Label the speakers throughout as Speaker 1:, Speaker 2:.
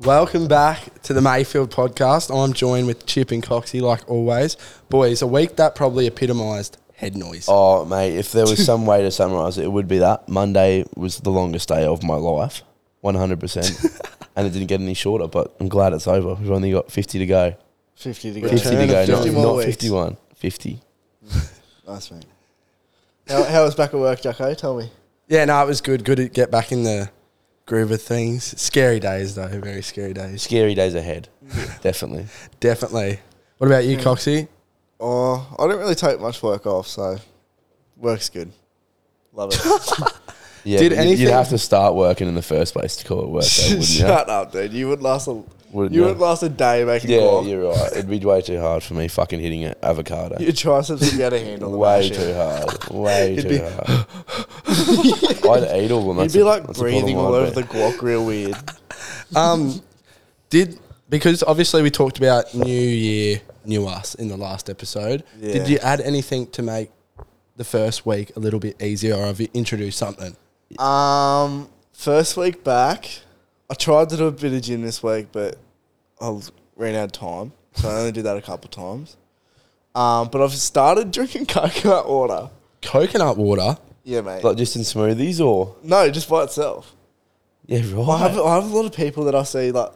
Speaker 1: Welcome back to the Mayfield podcast. I'm joined with Chip and Coxie, like always. Boys, a week that probably epitomised head noise.
Speaker 2: Oh, mate, if there was some way to summarise it, it would be that. Monday was the longest day of my life, 100%. and it didn't get any shorter, but I'm glad it's over. We've only got 50 to go.
Speaker 3: 50 to go.
Speaker 2: 50 to
Speaker 1: Return
Speaker 2: go,
Speaker 1: of 50
Speaker 2: not,
Speaker 3: more
Speaker 2: not
Speaker 3: weeks.
Speaker 2: 51. 50.
Speaker 3: Nice, mate. How, how was back at work, Jacko? Tell me.
Speaker 1: Yeah, no, it was good. Good to get back in the groove of things. Scary days, though. Very scary days.
Speaker 2: Scary days ahead, definitely.
Speaker 1: Definitely. What about you, Coxie?
Speaker 3: Oh, I don't really take much work off, so work's good. Love it.
Speaker 2: Yeah,
Speaker 1: Did
Speaker 2: but you'd-
Speaker 1: anything-
Speaker 2: You'd have to start working in the first place to call it work, though, wouldn't you?
Speaker 3: Shut up, dude. You wouldn't last a
Speaker 2: Wouldn't
Speaker 3: you
Speaker 2: ya?
Speaker 3: wouldn't last a day making
Speaker 2: Yeah,
Speaker 3: guac.
Speaker 2: you're right. It'd be way too hard for me fucking hitting an avocado.
Speaker 3: Your triceps would be able to handle the
Speaker 2: Way
Speaker 3: machine.
Speaker 2: too hard. Way
Speaker 3: It'd
Speaker 2: too
Speaker 3: be-
Speaker 2: hard. I'd eat all of them.
Speaker 3: You'd
Speaker 2: that's
Speaker 3: be
Speaker 2: a-
Speaker 3: like
Speaker 2: that's a problem
Speaker 3: breathing all
Speaker 2: I'd
Speaker 3: over
Speaker 2: be.
Speaker 3: the guac, real weird.
Speaker 1: Um, did because obviously we talked about New Year, New Us in the last episode. Did
Speaker 3: Yeah.
Speaker 1: you add anything to make the first week a little bit easier, or have you introduced something?
Speaker 3: Um, first week back, I tried to do a bit of gym this week, but I ran out of time, so I only did that a couple times. Um, but I've started drinking coconut water.
Speaker 1: Coconut water.
Speaker 3: Yeah, mate.
Speaker 2: Like just in smoothies or?
Speaker 3: no, just by itself.
Speaker 2: Yeah,
Speaker 3: I have,
Speaker 2: right.
Speaker 3: I have a lot of people that I see like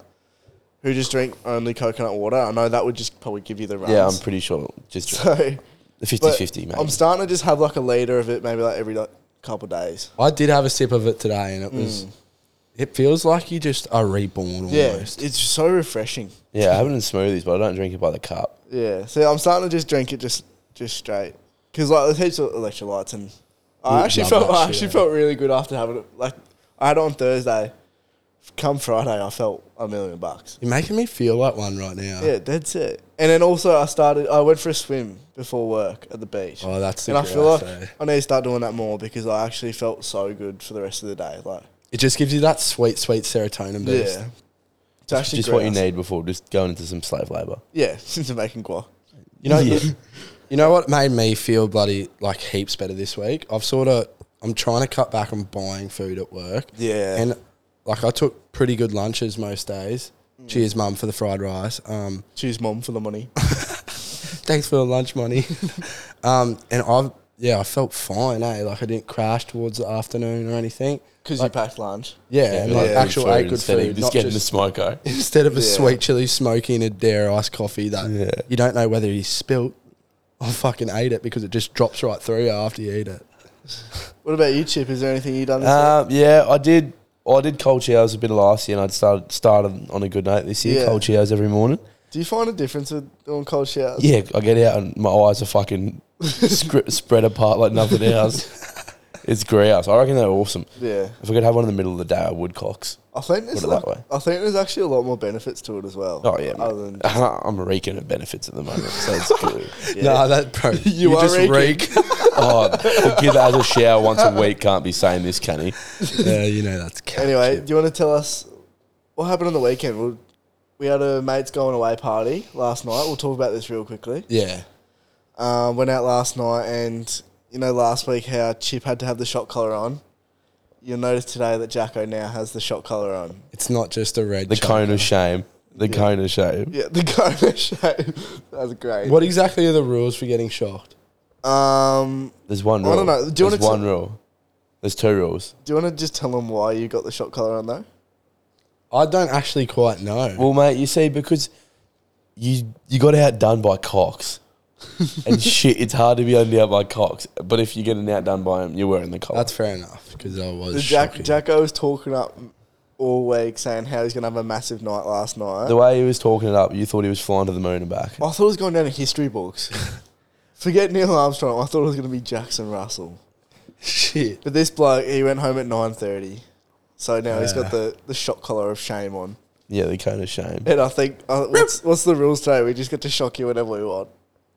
Speaker 3: who just drink only coconut water. I know that would just probably give you the runs.
Speaker 2: Yeah, I'm pretty sure. Just
Speaker 3: so.
Speaker 2: the
Speaker 3: but
Speaker 2: 50 50, mate.
Speaker 3: I'm starting to just have like a liter of it, maybe like every like, couple days.
Speaker 1: I did have a sip of it today, and it was. It feels like you just are reborn
Speaker 3: Mm. Yeah,
Speaker 1: almost.
Speaker 3: it's so refreshing.
Speaker 2: yeah, I have it in smoothies, but I don't drink it by the cup.
Speaker 3: Yeah, so I'm starting to just drink it just just straight because like there's heaps of electrolytes and I
Speaker 1: You'd
Speaker 3: actually
Speaker 1: love
Speaker 3: felt
Speaker 1: that
Speaker 3: I
Speaker 1: shit,
Speaker 3: actually
Speaker 1: eh?
Speaker 3: felt really good after having it. Like I had it on Thursday, come Friday I felt a million bucks.
Speaker 1: You're making me feel like one right now.
Speaker 3: Yeah, that's it. And then also I started I went for a swim before work at the beach.
Speaker 1: Oh, that's the
Speaker 3: and I feel like
Speaker 1: eh?
Speaker 3: I need to start doing that more because I actually felt so good for the rest of the day. Like
Speaker 1: It just gives you that sweet, sweet serotonin boost.
Speaker 3: yeah, it's actually
Speaker 2: just what you
Speaker 3: great.
Speaker 2: need before just going into some slave labor.
Speaker 3: Yeah, since I'm making guac.
Speaker 1: You know,
Speaker 2: Yeah.
Speaker 1: you know what made me feel bloody like heaps better this week. I've sort of I'm trying to cut back on buying food at work.
Speaker 3: Yeah.
Speaker 1: and like I took pretty good lunches most days.
Speaker 3: Mm.
Speaker 1: Cheers, mum, for the fried rice. Um,
Speaker 3: Choose mom for the money.
Speaker 1: thanks for the lunch money. um, and I've yeah, I felt fine. Eh, like I didn't crash towards the afternoon or anything.
Speaker 3: Because you
Speaker 1: Like-
Speaker 3: packed lunch.
Speaker 1: Yeah, and like
Speaker 3: yeah.
Speaker 1: actual ate good
Speaker 2: instead of
Speaker 1: food,
Speaker 2: Just
Speaker 1: not
Speaker 2: getting
Speaker 1: just
Speaker 2: the smoko.
Speaker 1: instead of a
Speaker 3: Yeah.
Speaker 1: sweet chili smoking a dare iced coffee that
Speaker 2: Yeah.
Speaker 1: you don't know whether you spilt or fucking ate it because it just drops right through you after you eat it.
Speaker 3: What about you, Chip? Is there anything you done? This week?
Speaker 2: Um, yeah, I did. I did cold showers a bit of last year, and I'd started started on a good note this year.
Speaker 3: Yeah.
Speaker 2: Cold showers every morning.
Speaker 3: Do you find a difference with doing cold showers?
Speaker 2: Yeah, I get out and my eyes are fucking scri- spread apart like nothing else. It's grouse. I reckon they're awesome.
Speaker 3: Yeah.
Speaker 2: If I could have one in the middle of the day, I would cocks.
Speaker 3: I think there's
Speaker 2: Put it that
Speaker 3: like, I think there's actually a lot more benefits to it as well.
Speaker 2: Oh yeah,
Speaker 3: Other
Speaker 2: mate.
Speaker 3: than
Speaker 2: I'm reeking at benefits at the moment, so it's good.
Speaker 3: yeah.
Speaker 1: Nah, that bro, you,
Speaker 3: are
Speaker 1: just
Speaker 3: reeking.
Speaker 1: reek.
Speaker 2: oh, the kid that has a shower once a week can't be saying this, can he?
Speaker 1: yeah, you know that's cat
Speaker 3: anyway,
Speaker 1: shit.
Speaker 3: do you want to tell us what happened on the weekend? Well, we had a mates going away party last night. We'll talk about this real quickly.
Speaker 1: Yeah,
Speaker 3: Um, went out last night, and you know last week how Chip had to have the shot collar on. You'll notice today that Jacko now has the shot collar on.
Speaker 1: it's not just a red.
Speaker 2: The
Speaker 1: chunk.
Speaker 2: cone of shame. The cone of shame.
Speaker 3: Yeah, the Gomez shape. That's great.
Speaker 1: What exactly are the rules for getting shocked?
Speaker 3: Um,
Speaker 2: There's one
Speaker 3: I
Speaker 2: rule.
Speaker 3: don't know. Do you
Speaker 2: There's
Speaker 3: wanna
Speaker 2: one rule. There's two rules.
Speaker 3: do you want to just tell them why you got the shot collar on though?
Speaker 1: I don't actually quite know.
Speaker 2: Well, mate, you see, because you you got outdone by Cox. and shit, it's hard to be outdone by Cox. But if you're getting outdone by him, you're wearing the collar.
Speaker 1: that's fair enough because I was
Speaker 3: The Jack,
Speaker 1: shocking.
Speaker 3: Jacko was talking up all week saying how he's going to have a massive night last night.
Speaker 2: the way he was talking it up, you thought he was flying to the moon and back.
Speaker 3: I thought it was going down in history books. Forget Neil Armstrong. I thought it was going to be Jackson Russell.
Speaker 1: shit.
Speaker 3: But this bloke, he went home at 9.30. So now he's
Speaker 1: Yeah.
Speaker 3: got the, the shot collar of shame on.
Speaker 2: Yeah, the cone of shame.
Speaker 3: And I think, uh, what's, what's the rules today? We just get to shock you whenever we want.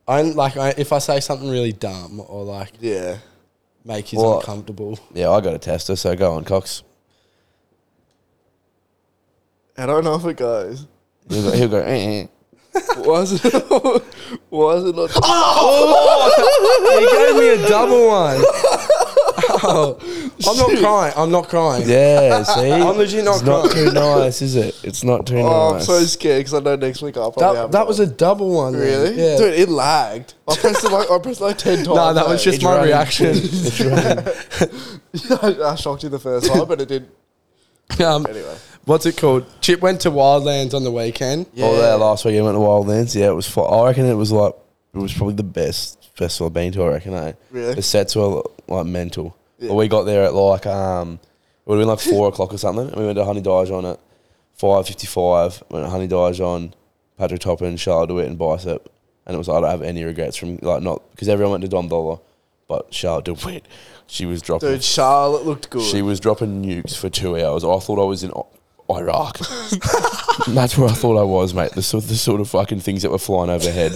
Speaker 1: I'm like, I, if I say something really dumb or like
Speaker 3: Yeah.
Speaker 1: make you
Speaker 2: Well,
Speaker 1: uncomfortable,
Speaker 2: Yeah, I got a tester, so go on, Cox.
Speaker 3: I don't know if it goes.
Speaker 2: He'll go, he'll go eh, eh.
Speaker 3: Why is it, why is it not...
Speaker 1: Oh!
Speaker 2: He gave me a double one.
Speaker 1: Oh, I'm not crying. I'm not crying.
Speaker 2: Yeah, see,
Speaker 1: I'm legit not
Speaker 2: it's not
Speaker 1: crying.
Speaker 2: too nice, is it? It's not too
Speaker 3: Oh, I'm
Speaker 2: nice.
Speaker 3: so scared because I know next week I'll probably
Speaker 1: That,
Speaker 3: have
Speaker 1: that was a double one. then.
Speaker 3: really,
Speaker 1: Yeah.
Speaker 3: dude. It lagged. I pressed it like I pressed it like ten times.
Speaker 1: no, that was
Speaker 3: mate.
Speaker 1: just my
Speaker 2: running.
Speaker 1: reaction.
Speaker 2: It's running.
Speaker 3: I shocked you the first time, but it did
Speaker 1: um,
Speaker 3: anyway.
Speaker 1: what's it called? Chip went to Wildlands on the weekend.
Speaker 2: All that last week I went to Wildlands. Yeah, it was. Fun. I reckon it was like it was probably the best festival I've been to. I reckon. Eh?
Speaker 3: Really?
Speaker 2: The sets were like mental.
Speaker 3: Yeah.
Speaker 2: But we got there at like um, it would have been like four o'clock or something, and we went to Honey Dijon at five fifty-five. Went to Honey Dijon, Patrick Toppin, Charlotte DeWitt, and Bicep, and it was. I don't have any regrets from like not because everyone went to Dom Dollar, but Charlotte DeWitt, she was dropping.
Speaker 3: Dude, Charlotte looked good.
Speaker 2: She was dropping nukes for two hours. I thought I was in I- Iraq. That's where I thought I was, mate. The sort, the sort of fucking things that were flying overhead.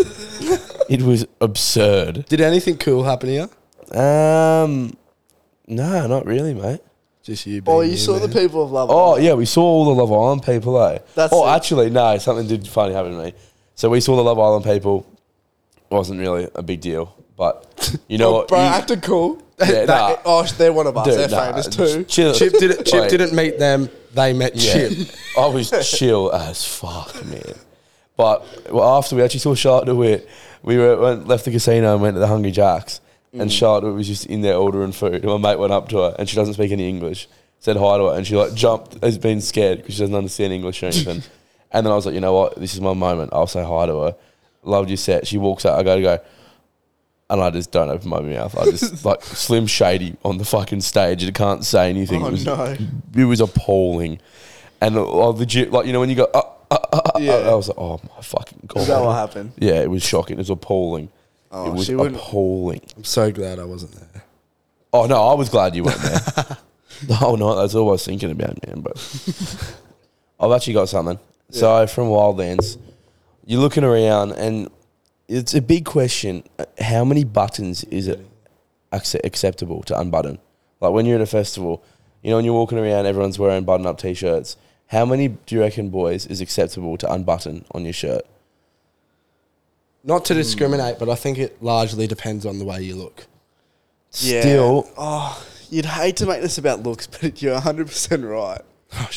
Speaker 2: it was absurd.
Speaker 1: Did anything cool happen here?
Speaker 2: Um, no, not really, mate.
Speaker 1: Just you. Being
Speaker 3: oh, you
Speaker 1: you,
Speaker 3: saw
Speaker 1: man.
Speaker 3: the people of love.
Speaker 2: Oh yeah, we saw all the Love Island people, eh?
Speaker 3: That's
Speaker 2: oh,
Speaker 3: it.
Speaker 2: actually, no, something did funny happen to me. So we saw the Love Island people. wasn't really a big deal, but you know
Speaker 3: oh,
Speaker 2: what?
Speaker 3: bro,
Speaker 2: You-
Speaker 3: acted cool.
Speaker 2: Yeah,
Speaker 3: That-
Speaker 2: nah.
Speaker 3: oh, they're one of us.
Speaker 2: Dude,
Speaker 3: they're
Speaker 2: nah,
Speaker 3: famous
Speaker 2: just
Speaker 3: too.
Speaker 2: Chill.
Speaker 1: Chip didn't. Chip
Speaker 2: Like-
Speaker 1: didn't meet them. They met
Speaker 2: Yeah.
Speaker 1: Chip.
Speaker 2: I was chill as fuck, man. But well, after we actually saw Charlotte DeWitt, we were, went, left the casino and went to the Hungry Jacks. And
Speaker 3: Mm.
Speaker 2: Charlotte was just in there ordering food. And my mate went up to her and she doesn't speak any English. Said hi to her and she like jumped as being scared because she doesn't understand English or anything. and then I was like, you know what? This is my moment. I'll say hi to her. Loved your set. She walks out. I go to go. And I just don't open my mouth. I just like slim shady on the fucking stage. and can't say anything.
Speaker 3: Oh,
Speaker 2: It was-
Speaker 3: no.
Speaker 2: it was appalling. And I legit, like, you know, when you go, uh, uh, uh, uh,
Speaker 3: Yeah.
Speaker 2: yeah. I was like, oh my fucking God.
Speaker 3: Is that what happened?
Speaker 2: Yeah, it was shocking. It was appalling.
Speaker 3: Oh,
Speaker 2: it was
Speaker 3: she wouldn't-
Speaker 2: appalling.
Speaker 1: I'm so glad I wasn't there.
Speaker 2: Oh, no, I was glad you went there. the whole night, that's all I was thinking about, man. But I've actually got something. So from Wildlands, you're looking around and it's a big question. Uh, How many buttons is it acce- acceptable to unbutton? Like when you're at a festival, you know, when you're walking around, everyone's wearing button up t shirts. How many do you reckon, boys, is acceptable to unbutton on your shirt?
Speaker 1: Not to discriminate, but I think it largely depends on the way you look.
Speaker 3: Yeah.
Speaker 2: Still,
Speaker 3: Oh, you'd hate to make this about looks, but you're 100 percent right.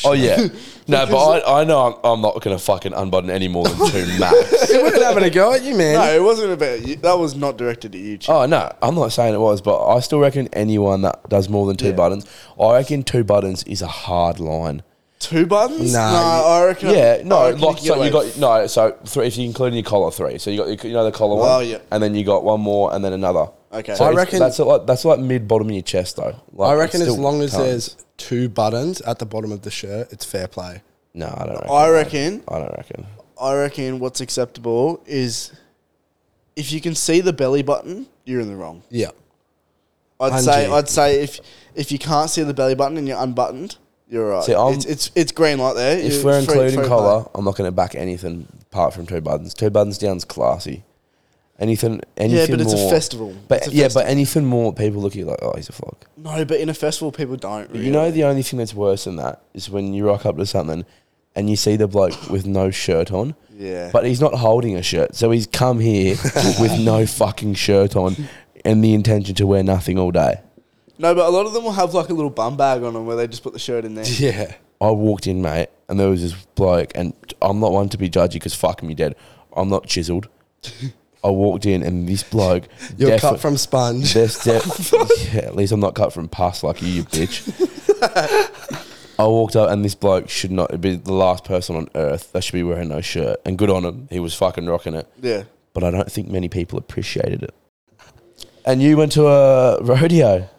Speaker 2: oh yeah, no, but I, I know I'm, I'm not gonna fucking unbutton any more than two max.
Speaker 1: They weren't having a go at you, man.
Speaker 3: No, it wasn't about you. That was not directed at you. Chip.
Speaker 2: Oh no, I'm not saying it was, but I still reckon anyone that does more than two
Speaker 3: Yeah.
Speaker 2: buttons, I reckon two buttons is a hard line.
Speaker 3: Two buttons?
Speaker 1: Nah,
Speaker 3: no, I reckon.
Speaker 2: yeah,
Speaker 3: I
Speaker 2: no,
Speaker 3: reckon
Speaker 2: like
Speaker 3: could get
Speaker 2: so you
Speaker 3: away
Speaker 2: got no, so three if you include in your collar three, so you got your- you know the collar one,
Speaker 3: Oh, yeah.
Speaker 2: and then you got one more, and then another.
Speaker 3: Okay.
Speaker 2: so
Speaker 1: I
Speaker 2: I
Speaker 1: reckon-
Speaker 2: reckon that's like that's like mid bottom of your chest though. Like,
Speaker 1: I reckon
Speaker 2: it's
Speaker 1: as
Speaker 2: still
Speaker 1: long as
Speaker 2: tons.
Speaker 1: there's two buttons at the bottom of the shirt, it's fair play.
Speaker 2: no, I don't. Reckon,
Speaker 3: I reckon.
Speaker 2: I don't reckon.
Speaker 3: I reckon what's acceptable is if you can see the belly button, you're in the wrong.
Speaker 1: Yeah.
Speaker 3: I'd
Speaker 1: Bungee.
Speaker 3: say. I'd say if if you can't see the belly button and you're unbuttoned, you're right.
Speaker 2: See, I'm-
Speaker 3: it's, it's it's green light there.
Speaker 2: If
Speaker 3: You're
Speaker 2: we're
Speaker 3: free-
Speaker 2: including
Speaker 3: free play.
Speaker 2: collar, I'm not going to back anything apart from two buttons. Two buttons down's classy. Anything, anything
Speaker 3: yeah, but it's a
Speaker 2: more-
Speaker 3: festival.
Speaker 2: But
Speaker 3: It's a
Speaker 2: yeah, but
Speaker 3: festival.
Speaker 2: anything more, people look at you like, oh, he's a flog.
Speaker 3: no, but in a festival, people don't.
Speaker 2: But
Speaker 3: Really.
Speaker 2: You know, the only thing that's worse than that is when you rock up to something and you see the bloke with no shirt on.
Speaker 3: Yeah.
Speaker 2: But he's not holding a shirt, so he's come here with no fucking shirt on and the intention to wear nothing all day.
Speaker 3: No, but a lot of them will have like a little bum bag on them where they just put the shirt in there.
Speaker 1: Yeah.
Speaker 2: I walked in, mate, and there was this bloke, and I'm not one to be judgy because fuck me dead. I'm not chiseled. I walked in, and this bloke.
Speaker 1: You're
Speaker 2: defi-
Speaker 1: cut from Oh, sponge.
Speaker 2: This de- yeah, at least I'm not cut from pus like you, you bitch. I walked up and this bloke should not be the last person on earth that should be wearing no shirt. And good on him, he was fucking rocking it.
Speaker 3: Yeah.
Speaker 2: But I don't think many people appreciated it. And you went to a rodeo.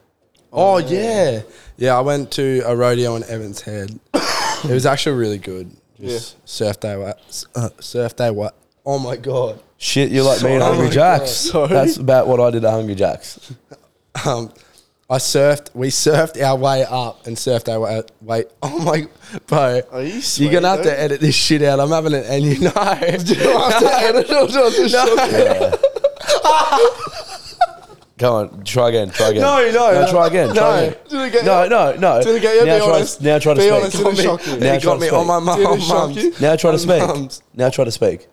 Speaker 1: Oh, yeah. Yeah, I went to a rodeo in Evans Head. it was actually really good. Just surf day what uh, surf day what oh my god.
Speaker 2: Shit, you're like me and
Speaker 1: Oh
Speaker 2: Hungry
Speaker 1: my
Speaker 2: Jacks.
Speaker 3: God. Sorry.
Speaker 2: That's about what I did at Hungry Jacks.
Speaker 1: Um I surfed we surfed our way up and surfed our way, way oh my bro.
Speaker 3: Are you
Speaker 1: You're gonna have
Speaker 3: sweet,
Speaker 1: to edit this shit out. I'm having an and you know.
Speaker 2: Yeah. Go on, try again, try again.
Speaker 1: No, no, no.
Speaker 2: try again, try
Speaker 1: No.
Speaker 2: again.
Speaker 3: Did it get
Speaker 2: no,
Speaker 3: you?
Speaker 2: no, no.
Speaker 3: Did it get you?
Speaker 2: Now
Speaker 3: Be
Speaker 2: try,
Speaker 3: honest.
Speaker 2: Now try to
Speaker 3: Be
Speaker 2: speak.
Speaker 3: honest, did it shock you?
Speaker 2: Now
Speaker 1: He
Speaker 2: try
Speaker 1: got
Speaker 2: to
Speaker 1: me
Speaker 2: speak.
Speaker 1: on my
Speaker 3: Did it
Speaker 1: mum.
Speaker 3: shock you?
Speaker 2: Now try to speak.
Speaker 1: Mums.
Speaker 2: Now try to speak.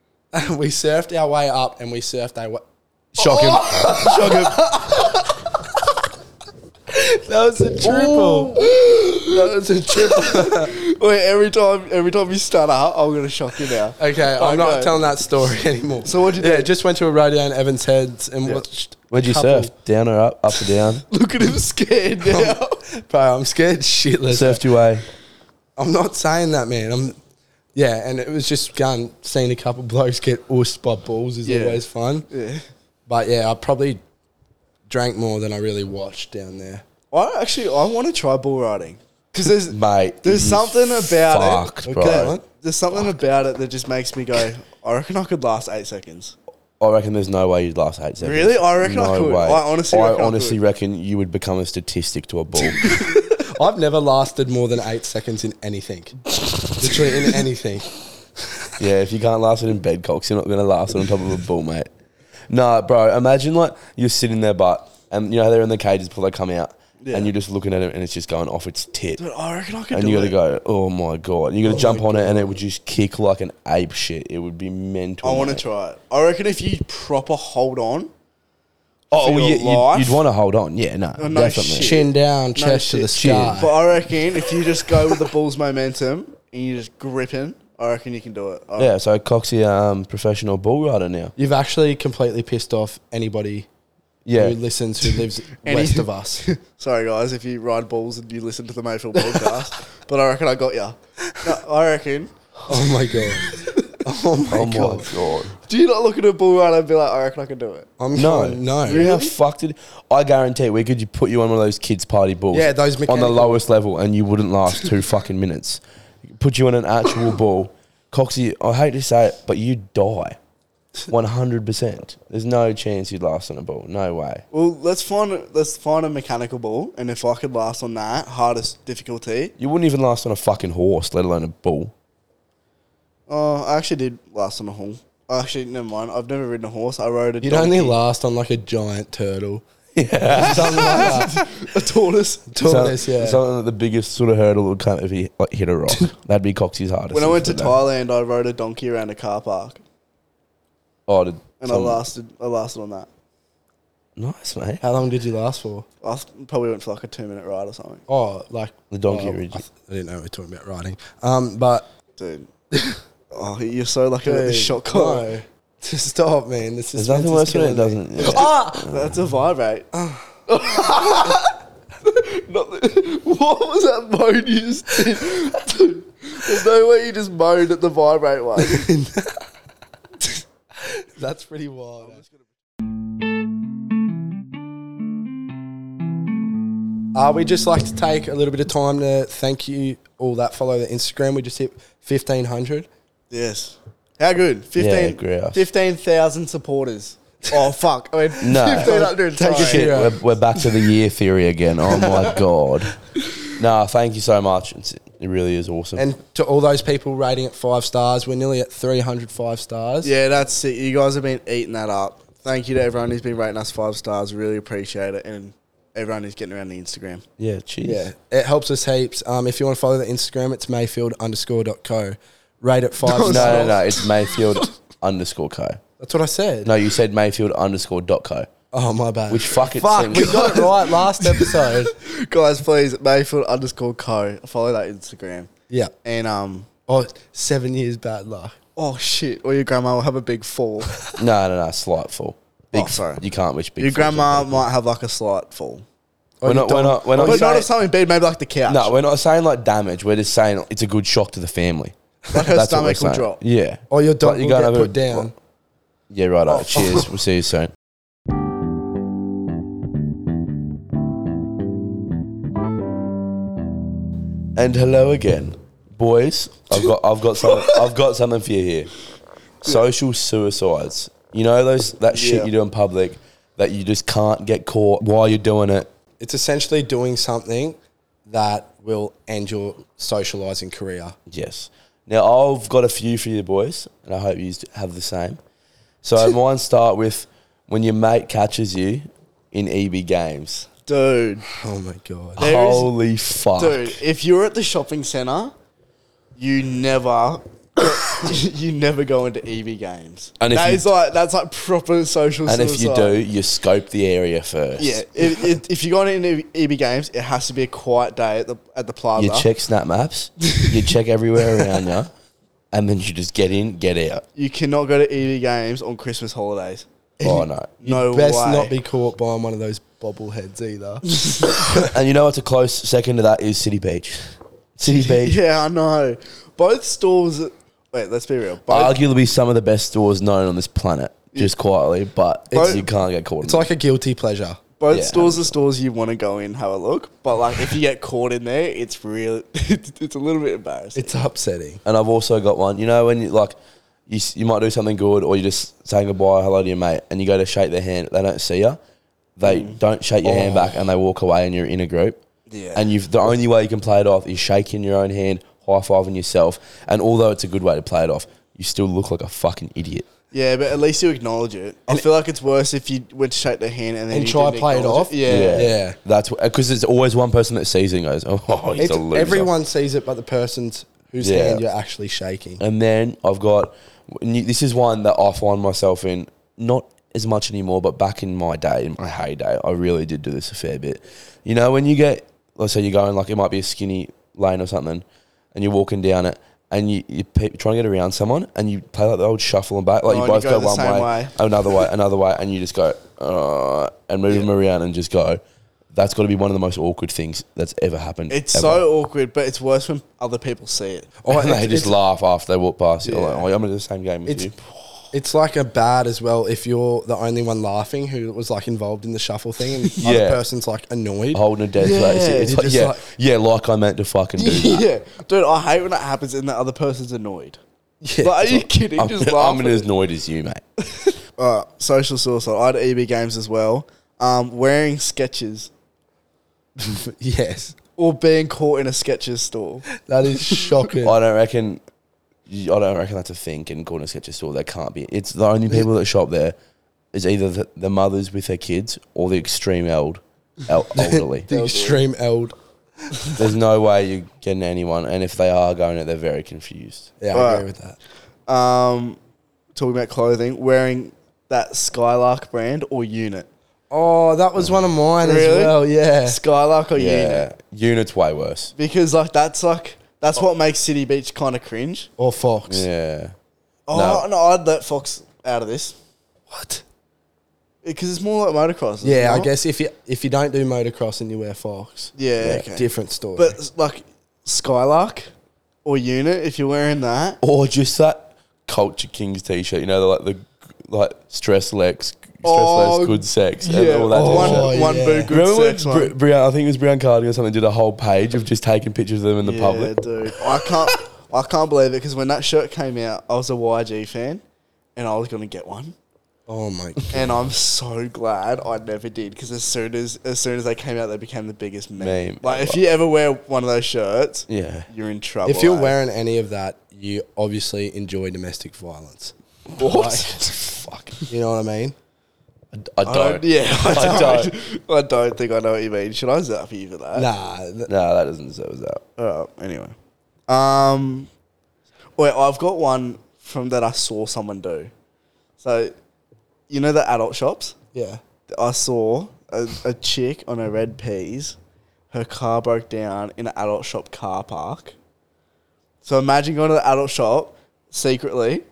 Speaker 1: we surfed our way up and we
Speaker 3: Oh.
Speaker 1: surfed our way.
Speaker 2: Shock him. Shock him. That was a triple.
Speaker 1: That was a triple.
Speaker 3: Wait, every time, every time you start up, I'm gonna shock you now.
Speaker 1: Okay, I'm
Speaker 3: Okay.
Speaker 1: not telling that story anymore.
Speaker 3: So what'd you
Speaker 1: Yeah,
Speaker 3: do?
Speaker 1: just went to a rodeo in Evans Heads and watched.
Speaker 2: Where'd you
Speaker 1: couple-
Speaker 2: surf? Down or up? Up or down?
Speaker 3: Look at him scared now.
Speaker 1: Bro, I'm scared shitless.
Speaker 2: Surfed your way.
Speaker 1: I'm not saying that, man. I'm. Yeah, and it was just gun. Seeing a couple blokes get oosed by balls is
Speaker 3: Yeah.
Speaker 1: always fun.
Speaker 3: yeah.
Speaker 1: But yeah, I probably drank more than I really watched down there.
Speaker 3: I actually, I want to try bull riding because there's
Speaker 2: Mate.
Speaker 3: there's
Speaker 2: you
Speaker 3: something about
Speaker 2: fucked,
Speaker 3: it.
Speaker 2: bro.
Speaker 3: that- There's something about it that just makes me go. I reckon I could last eight seconds.
Speaker 2: I reckon there's no way you'd last eight seconds.
Speaker 3: Really? I reckon I could. I honestly
Speaker 2: I
Speaker 3: reckon I
Speaker 2: honestly
Speaker 3: could.
Speaker 2: reckon you would become a statistic to a ball.
Speaker 1: I've never lasted more than eight seconds in anything. Literally in anything.
Speaker 2: yeah, if you can't last it in bed, Cox, you're not going to last it on top of a ball, mate. Nah, bro. Imagine like you're sitting there, but and you know how they're in the cages before they come out,
Speaker 3: Yeah.
Speaker 2: and you're just looking at it, and it's just going off its tit.
Speaker 3: Dude, I reckon I could.
Speaker 2: and
Speaker 3: do
Speaker 2: you gotta go,
Speaker 3: it.
Speaker 2: oh my god! And you gotta jump on it, and it would just kick like an ape shit. It would be mental.
Speaker 3: I want to
Speaker 2: mate.
Speaker 3: try it. I reckon if you proper hold on,
Speaker 2: Oh,
Speaker 3: for
Speaker 2: well,
Speaker 3: your
Speaker 2: you, would
Speaker 3: life.
Speaker 2: you'd want to hold on. Yeah, no,
Speaker 3: no
Speaker 2: definitely.
Speaker 3: shit.
Speaker 1: Chin down,
Speaker 3: No
Speaker 1: chest to the
Speaker 3: shit.
Speaker 1: sky.
Speaker 3: but I reckon if you just go with the bull's momentum and you just grip in, I reckon you can do it. Oh, I
Speaker 2: Yeah, so Coxie, um, professional bull rider now.
Speaker 1: You've actually completely pissed off anybody
Speaker 2: Yeah,
Speaker 1: who listens who lives
Speaker 3: Any-
Speaker 1: west of us.
Speaker 3: Sorry, guys, if you ride balls and you listen to the Mayfield podcast, but I reckon I got ya. No, I reckon.
Speaker 1: Oh my god. Oh my
Speaker 2: oh my
Speaker 1: god.
Speaker 2: god.
Speaker 3: Do you not look at a bull rider and be like, I reckon I can do it?
Speaker 1: I'm
Speaker 2: No,
Speaker 1: going, no.
Speaker 2: You know how fucked it? I guarantee we could you put you on one of those kids' party balls.
Speaker 1: Yeah, those
Speaker 2: on the
Speaker 1: mechanical-
Speaker 2: lowest level, and you wouldn't last two fucking minutes. Put you on an actual ball, Coxie. I hate to say it, but you die. One hundred percent. There's no chance you'd last on a ball. No way.
Speaker 3: Well, let's find let's find a mechanical ball, and if I could last on that hardest difficulty,
Speaker 2: You wouldn't even last on a fucking horse, let alone a bull.
Speaker 3: oh, I actually did last on a horse. Actually, never mind. I've never ridden a horse. I rode a
Speaker 1: You'd
Speaker 3: donkey,
Speaker 1: only last on like a giant turtle.
Speaker 2: Yeah.
Speaker 1: Something like that.
Speaker 3: a tortoise.
Speaker 1: Tortoise, yeah.
Speaker 2: Something that the biggest sort of hurdle would come if he like, hit a rock. That'd be Coxie's hardest.
Speaker 3: When I went to
Speaker 2: Thailand,
Speaker 3: Thailand, I rode a donkey around a car park,
Speaker 2: oh, did
Speaker 3: and
Speaker 2: some-
Speaker 3: I lasted. I lasted on that.
Speaker 2: Nice, mate.
Speaker 1: How long did you last for?
Speaker 3: I probably went for like a two minute ride or something,
Speaker 1: Oh, like
Speaker 2: The donkey
Speaker 1: oh,
Speaker 2: ridge.
Speaker 1: I, th- I didn't know we were talking about riding. Um, but
Speaker 3: dude. oh, you're so lucky about the
Speaker 1: Dude,
Speaker 3: shot collar.
Speaker 1: No. Stop, man. This is
Speaker 2: There's nothing worse when it doesn't. yeah.
Speaker 1: Ah!
Speaker 3: That's a vibrate. Not the, what was that moan you just did? Dude, There's no way you just moaned at the vibrate one.
Speaker 1: That's pretty wild. Uh, we just like to take a little bit of time to thank you all that follow the Instagram. We just hit fifteen hundred.
Speaker 3: yes. How good? 15
Speaker 2: grouse.
Speaker 3: 15,000 supporters. Oh, fuck. I mean,
Speaker 2: No.
Speaker 3: 1,500.
Speaker 1: Take a
Speaker 3: sorry.
Speaker 2: Shit,
Speaker 1: Yeah.
Speaker 2: we're, we're back to the year theory again. Oh my god. Nah, thank you so much. It's, it really is awesome.
Speaker 1: And to all those people rating it five stars, we're nearly at 300 five stars.
Speaker 3: Yeah, that's it. You guys have been eating that up. Thank you to everyone who's been rating us five stars. Really appreciate it. And everyone who's getting around the Instagram.
Speaker 2: yeah, cheers.
Speaker 1: Yeah, it helps us heaps. Um, if you want to follow the Instagram, it's mayfield underscore dot co. Rate it five
Speaker 2: No,
Speaker 1: stars.
Speaker 2: no, no. It's Mayfield underscore co.
Speaker 1: That's what I said.
Speaker 2: No, you said Mayfield underscore dot co.
Speaker 1: Oh, my bad.
Speaker 2: Which fuck it
Speaker 1: Fuck,
Speaker 2: seems-
Speaker 1: we got it right last episode.
Speaker 3: Guys, please, Mayfield underscore co. Follow that Instagram.
Speaker 1: yeah.
Speaker 3: And, um,
Speaker 1: Oh, seven years bad luck.
Speaker 3: oh shit, or your grandma will have a big fall.
Speaker 2: No, no, no. Slight fall. Big,
Speaker 3: Oh, sorry.
Speaker 2: You can't wish big.
Speaker 3: your
Speaker 2: falls
Speaker 3: grandma
Speaker 2: on people.
Speaker 3: might have like a slight fall.
Speaker 2: We're not. We're not. We're not.
Speaker 3: But not
Speaker 2: saying-
Speaker 3: if something big, maybe like the couch.
Speaker 2: no, we're not saying like damage. We're just saying it's a good shock to the family.
Speaker 3: Like her
Speaker 2: That's what we're
Speaker 3: stomach
Speaker 2: saying.
Speaker 3: will drop.
Speaker 2: Yeah.
Speaker 1: Or Oh, your dog
Speaker 2: But you
Speaker 1: will
Speaker 2: gotta
Speaker 1: get
Speaker 2: have a-
Speaker 1: put down.
Speaker 2: Yeah. Right. Cheers. We'll see you soon. And hello again, boys. I've got I've got something I've got something for you here. Social suicides. You know those that shit
Speaker 3: Yeah.
Speaker 2: you do in public that you just can't get caught while you're doing it.
Speaker 1: It's essentially doing something that will end your socializing career.
Speaker 2: Yes. Now I've got a few for you boys, and I hope you have the same. So mine start with when your mate catches you in EB games.
Speaker 3: Dude,
Speaker 1: Oh my god.
Speaker 3: There is-
Speaker 2: Holy fuck!
Speaker 3: dude, if you're at the shopping centre, you never you never go into EV games.
Speaker 2: And if
Speaker 3: that
Speaker 2: you-
Speaker 3: is like that's like proper social.
Speaker 2: And if you
Speaker 3: suicide.
Speaker 2: do, you scope the area first.
Speaker 3: yeah, if, if, if you're going into E EB games, it has to be a quiet day at the at the plaza.
Speaker 2: You check snap maps, you check everywhere around you, and then you just get in, get out.
Speaker 3: You cannot go to EV games on Christmas holidays.
Speaker 2: Oh no.
Speaker 3: No
Speaker 1: Best
Speaker 3: way.
Speaker 1: not be caught by one of those bobbleheads either.
Speaker 2: And you know what's a close second to that is City Beach. City Beach.
Speaker 3: Yeah, I know. Both stores. Wait, let's be real.
Speaker 1: Uh,
Speaker 3: Both,
Speaker 2: Arguably some of the best stores known on this planet, just quietly, but
Speaker 3: It's-
Speaker 2: you can't get caught.
Speaker 1: it's
Speaker 2: in
Speaker 1: like a guilty pleasure.
Speaker 3: both
Speaker 2: yeah.
Speaker 3: stores are stores you want to go in, have a look. But like, if you get caught in there, it's real. It's, it's a little bit embarrassing.
Speaker 1: It's upsetting.
Speaker 2: And I've also got one. You know when you like, you s- you might do something good, or you just saying goodbye, hello to your mate, and you go to shake their hand. They don't see you. They
Speaker 1: Mm.
Speaker 2: don't shake your
Speaker 1: Oh.
Speaker 2: hand back, and they walk away, and you're in a group.
Speaker 3: Yeah.
Speaker 2: And you've the only way you can play it off is shaking your own hand, high fiving yourself. And although it's a good way to play it off, you still look like a fucking idiot.
Speaker 3: yeah, but at least you acknowledge it. I feel like it's worse if you went to shake their hand and then
Speaker 1: And
Speaker 3: you
Speaker 1: try
Speaker 3: didn't
Speaker 1: play it
Speaker 3: acknowledge
Speaker 1: off?
Speaker 3: Yeah.
Speaker 1: Yeah.
Speaker 2: That's because it's always one person that sees it and goes, "Oh, he's
Speaker 1: It's-
Speaker 2: a loser."
Speaker 1: everyone sees it, but the person's whose
Speaker 2: Yeah.
Speaker 1: hand you're actually shaking.
Speaker 2: And then I've got and you- this is one that I find myself in not as much anymore, but back in my day, in my heyday, I really did do this a fair bit. You know, when you get, let's say you're going like it might be a skinny lane or something, and you're walking down it, and you you pe- try and get around someone, and you play like the old shuffle and back, like
Speaker 3: Oh,
Speaker 2: you
Speaker 3: and you
Speaker 2: both
Speaker 3: go
Speaker 2: go,
Speaker 3: the
Speaker 2: one
Speaker 3: same
Speaker 2: way,
Speaker 3: way.
Speaker 2: another way, another way, and you just go uh, and move them around and just go. That's got to be one of the most awkward things that's ever happened.
Speaker 3: It's
Speaker 2: ever.
Speaker 3: so awkward, but it's worse when other people see it.
Speaker 1: Oh,
Speaker 2: and
Speaker 1: it's-
Speaker 2: they just
Speaker 1: it's-
Speaker 2: laugh after they walk past you. They're Like,
Speaker 3: Yeah.
Speaker 2: oh, I'm gonna do the same game with
Speaker 1: It's
Speaker 2: you.
Speaker 1: it's like a bad as well if you're the only one laughing who was like involved in the shuffle thing and the
Speaker 2: Yeah. Oh.
Speaker 1: other person's like annoyed.
Speaker 2: holding a dead
Speaker 3: Yeah,
Speaker 2: face. It's
Speaker 1: you're
Speaker 2: like,
Speaker 1: just
Speaker 2: yeah,
Speaker 1: like-
Speaker 2: yeah, like I meant to fucking do that.
Speaker 3: yeah, dude, I hate when that happens and the other person's annoyed.
Speaker 1: Yeah.
Speaker 3: Like, are you kidding?
Speaker 2: I'm,
Speaker 3: Just laugh.
Speaker 2: I'm
Speaker 3: at it.
Speaker 2: as annoyed as you, mate.
Speaker 3: Uh, social suicide. I had EB games as well. Um, wearing sketches
Speaker 1: yes.
Speaker 3: or being caught in a sketches store.
Speaker 1: That is shocking.
Speaker 2: I don't reckon. I don't reckon that's a thing in Gordon Sketcher store. That can't be. It's the only people that shop there is either the, the mothers with their kids or the extreme old, el- elderly.
Speaker 1: the extreme eld.
Speaker 2: There's no way you're getting anyone, and if they are going it, they're very confused.
Speaker 1: Yeah, I
Speaker 3: Alright.
Speaker 1: agree with that.
Speaker 3: Um, talking about clothing, wearing that Skylark brand or unit.
Speaker 1: Oh, that was one of mine as
Speaker 3: Really?
Speaker 1: well. Yeah.
Speaker 3: Skylark or unit.
Speaker 2: Yeah, units way worse.
Speaker 3: Because like that's like that's what makes City Beach kind of cringe.
Speaker 1: Or Fox.
Speaker 2: Yeah,
Speaker 3: Oh no. I'd let Fox out of this
Speaker 1: What?
Speaker 3: because it's more like motocross. is it
Speaker 1: Yeah, I
Speaker 3: not?
Speaker 1: guess if you if you don't do motocross and you wear Fox,
Speaker 3: Yeah, okay.
Speaker 1: different story.
Speaker 3: But like Skylark or unit, if you're wearing that,
Speaker 2: or just that culture kings t-shirt. You know, the, like the like stress legs, stress
Speaker 3: Oh,
Speaker 2: legs, good sex, and
Speaker 3: yeah, Oh,
Speaker 2: all that.
Speaker 3: one,
Speaker 2: t-shirt.
Speaker 3: one
Speaker 1: yeah.
Speaker 3: boo good
Speaker 2: Remember
Speaker 3: sex
Speaker 2: when
Speaker 3: one.
Speaker 2: Bri- Brian, I think it was Brian Cardigan or something, did a whole page of just taking pictures of them in the
Speaker 3: yeah,
Speaker 2: public.
Speaker 3: dude. I can't. I can't believe it because when that shirt came out, I was a YG fan, and I was gonna get one,
Speaker 1: oh my god.
Speaker 3: and I'm so glad I never did because as soon as as soon as they came out, they became the biggest meme.
Speaker 2: Meme.
Speaker 3: Like if you ever wear one of those shirts,
Speaker 2: Yeah.
Speaker 3: you're in trouble.
Speaker 1: If you're
Speaker 3: eh?
Speaker 1: wearing any of that, you obviously enjoy domestic violence.
Speaker 3: what?
Speaker 2: Fuck.
Speaker 1: You know what I mean?
Speaker 2: I
Speaker 3: I
Speaker 2: don't.
Speaker 3: don't, yeah, I
Speaker 2: I
Speaker 3: don't. I don't think I know what you mean. Should I zap you for
Speaker 2: Uh,
Speaker 3: that?
Speaker 1: Nah. th-
Speaker 2: No, that doesn't deserve that.
Speaker 3: Uh, anyway, um, wait, I've got one from that I saw someone do. So, you know the adult shops.
Speaker 1: yeah.
Speaker 3: I saw a, a chick on a red peas. Her car broke down in an adult shop car park. So imagine going to the adult shop secretly.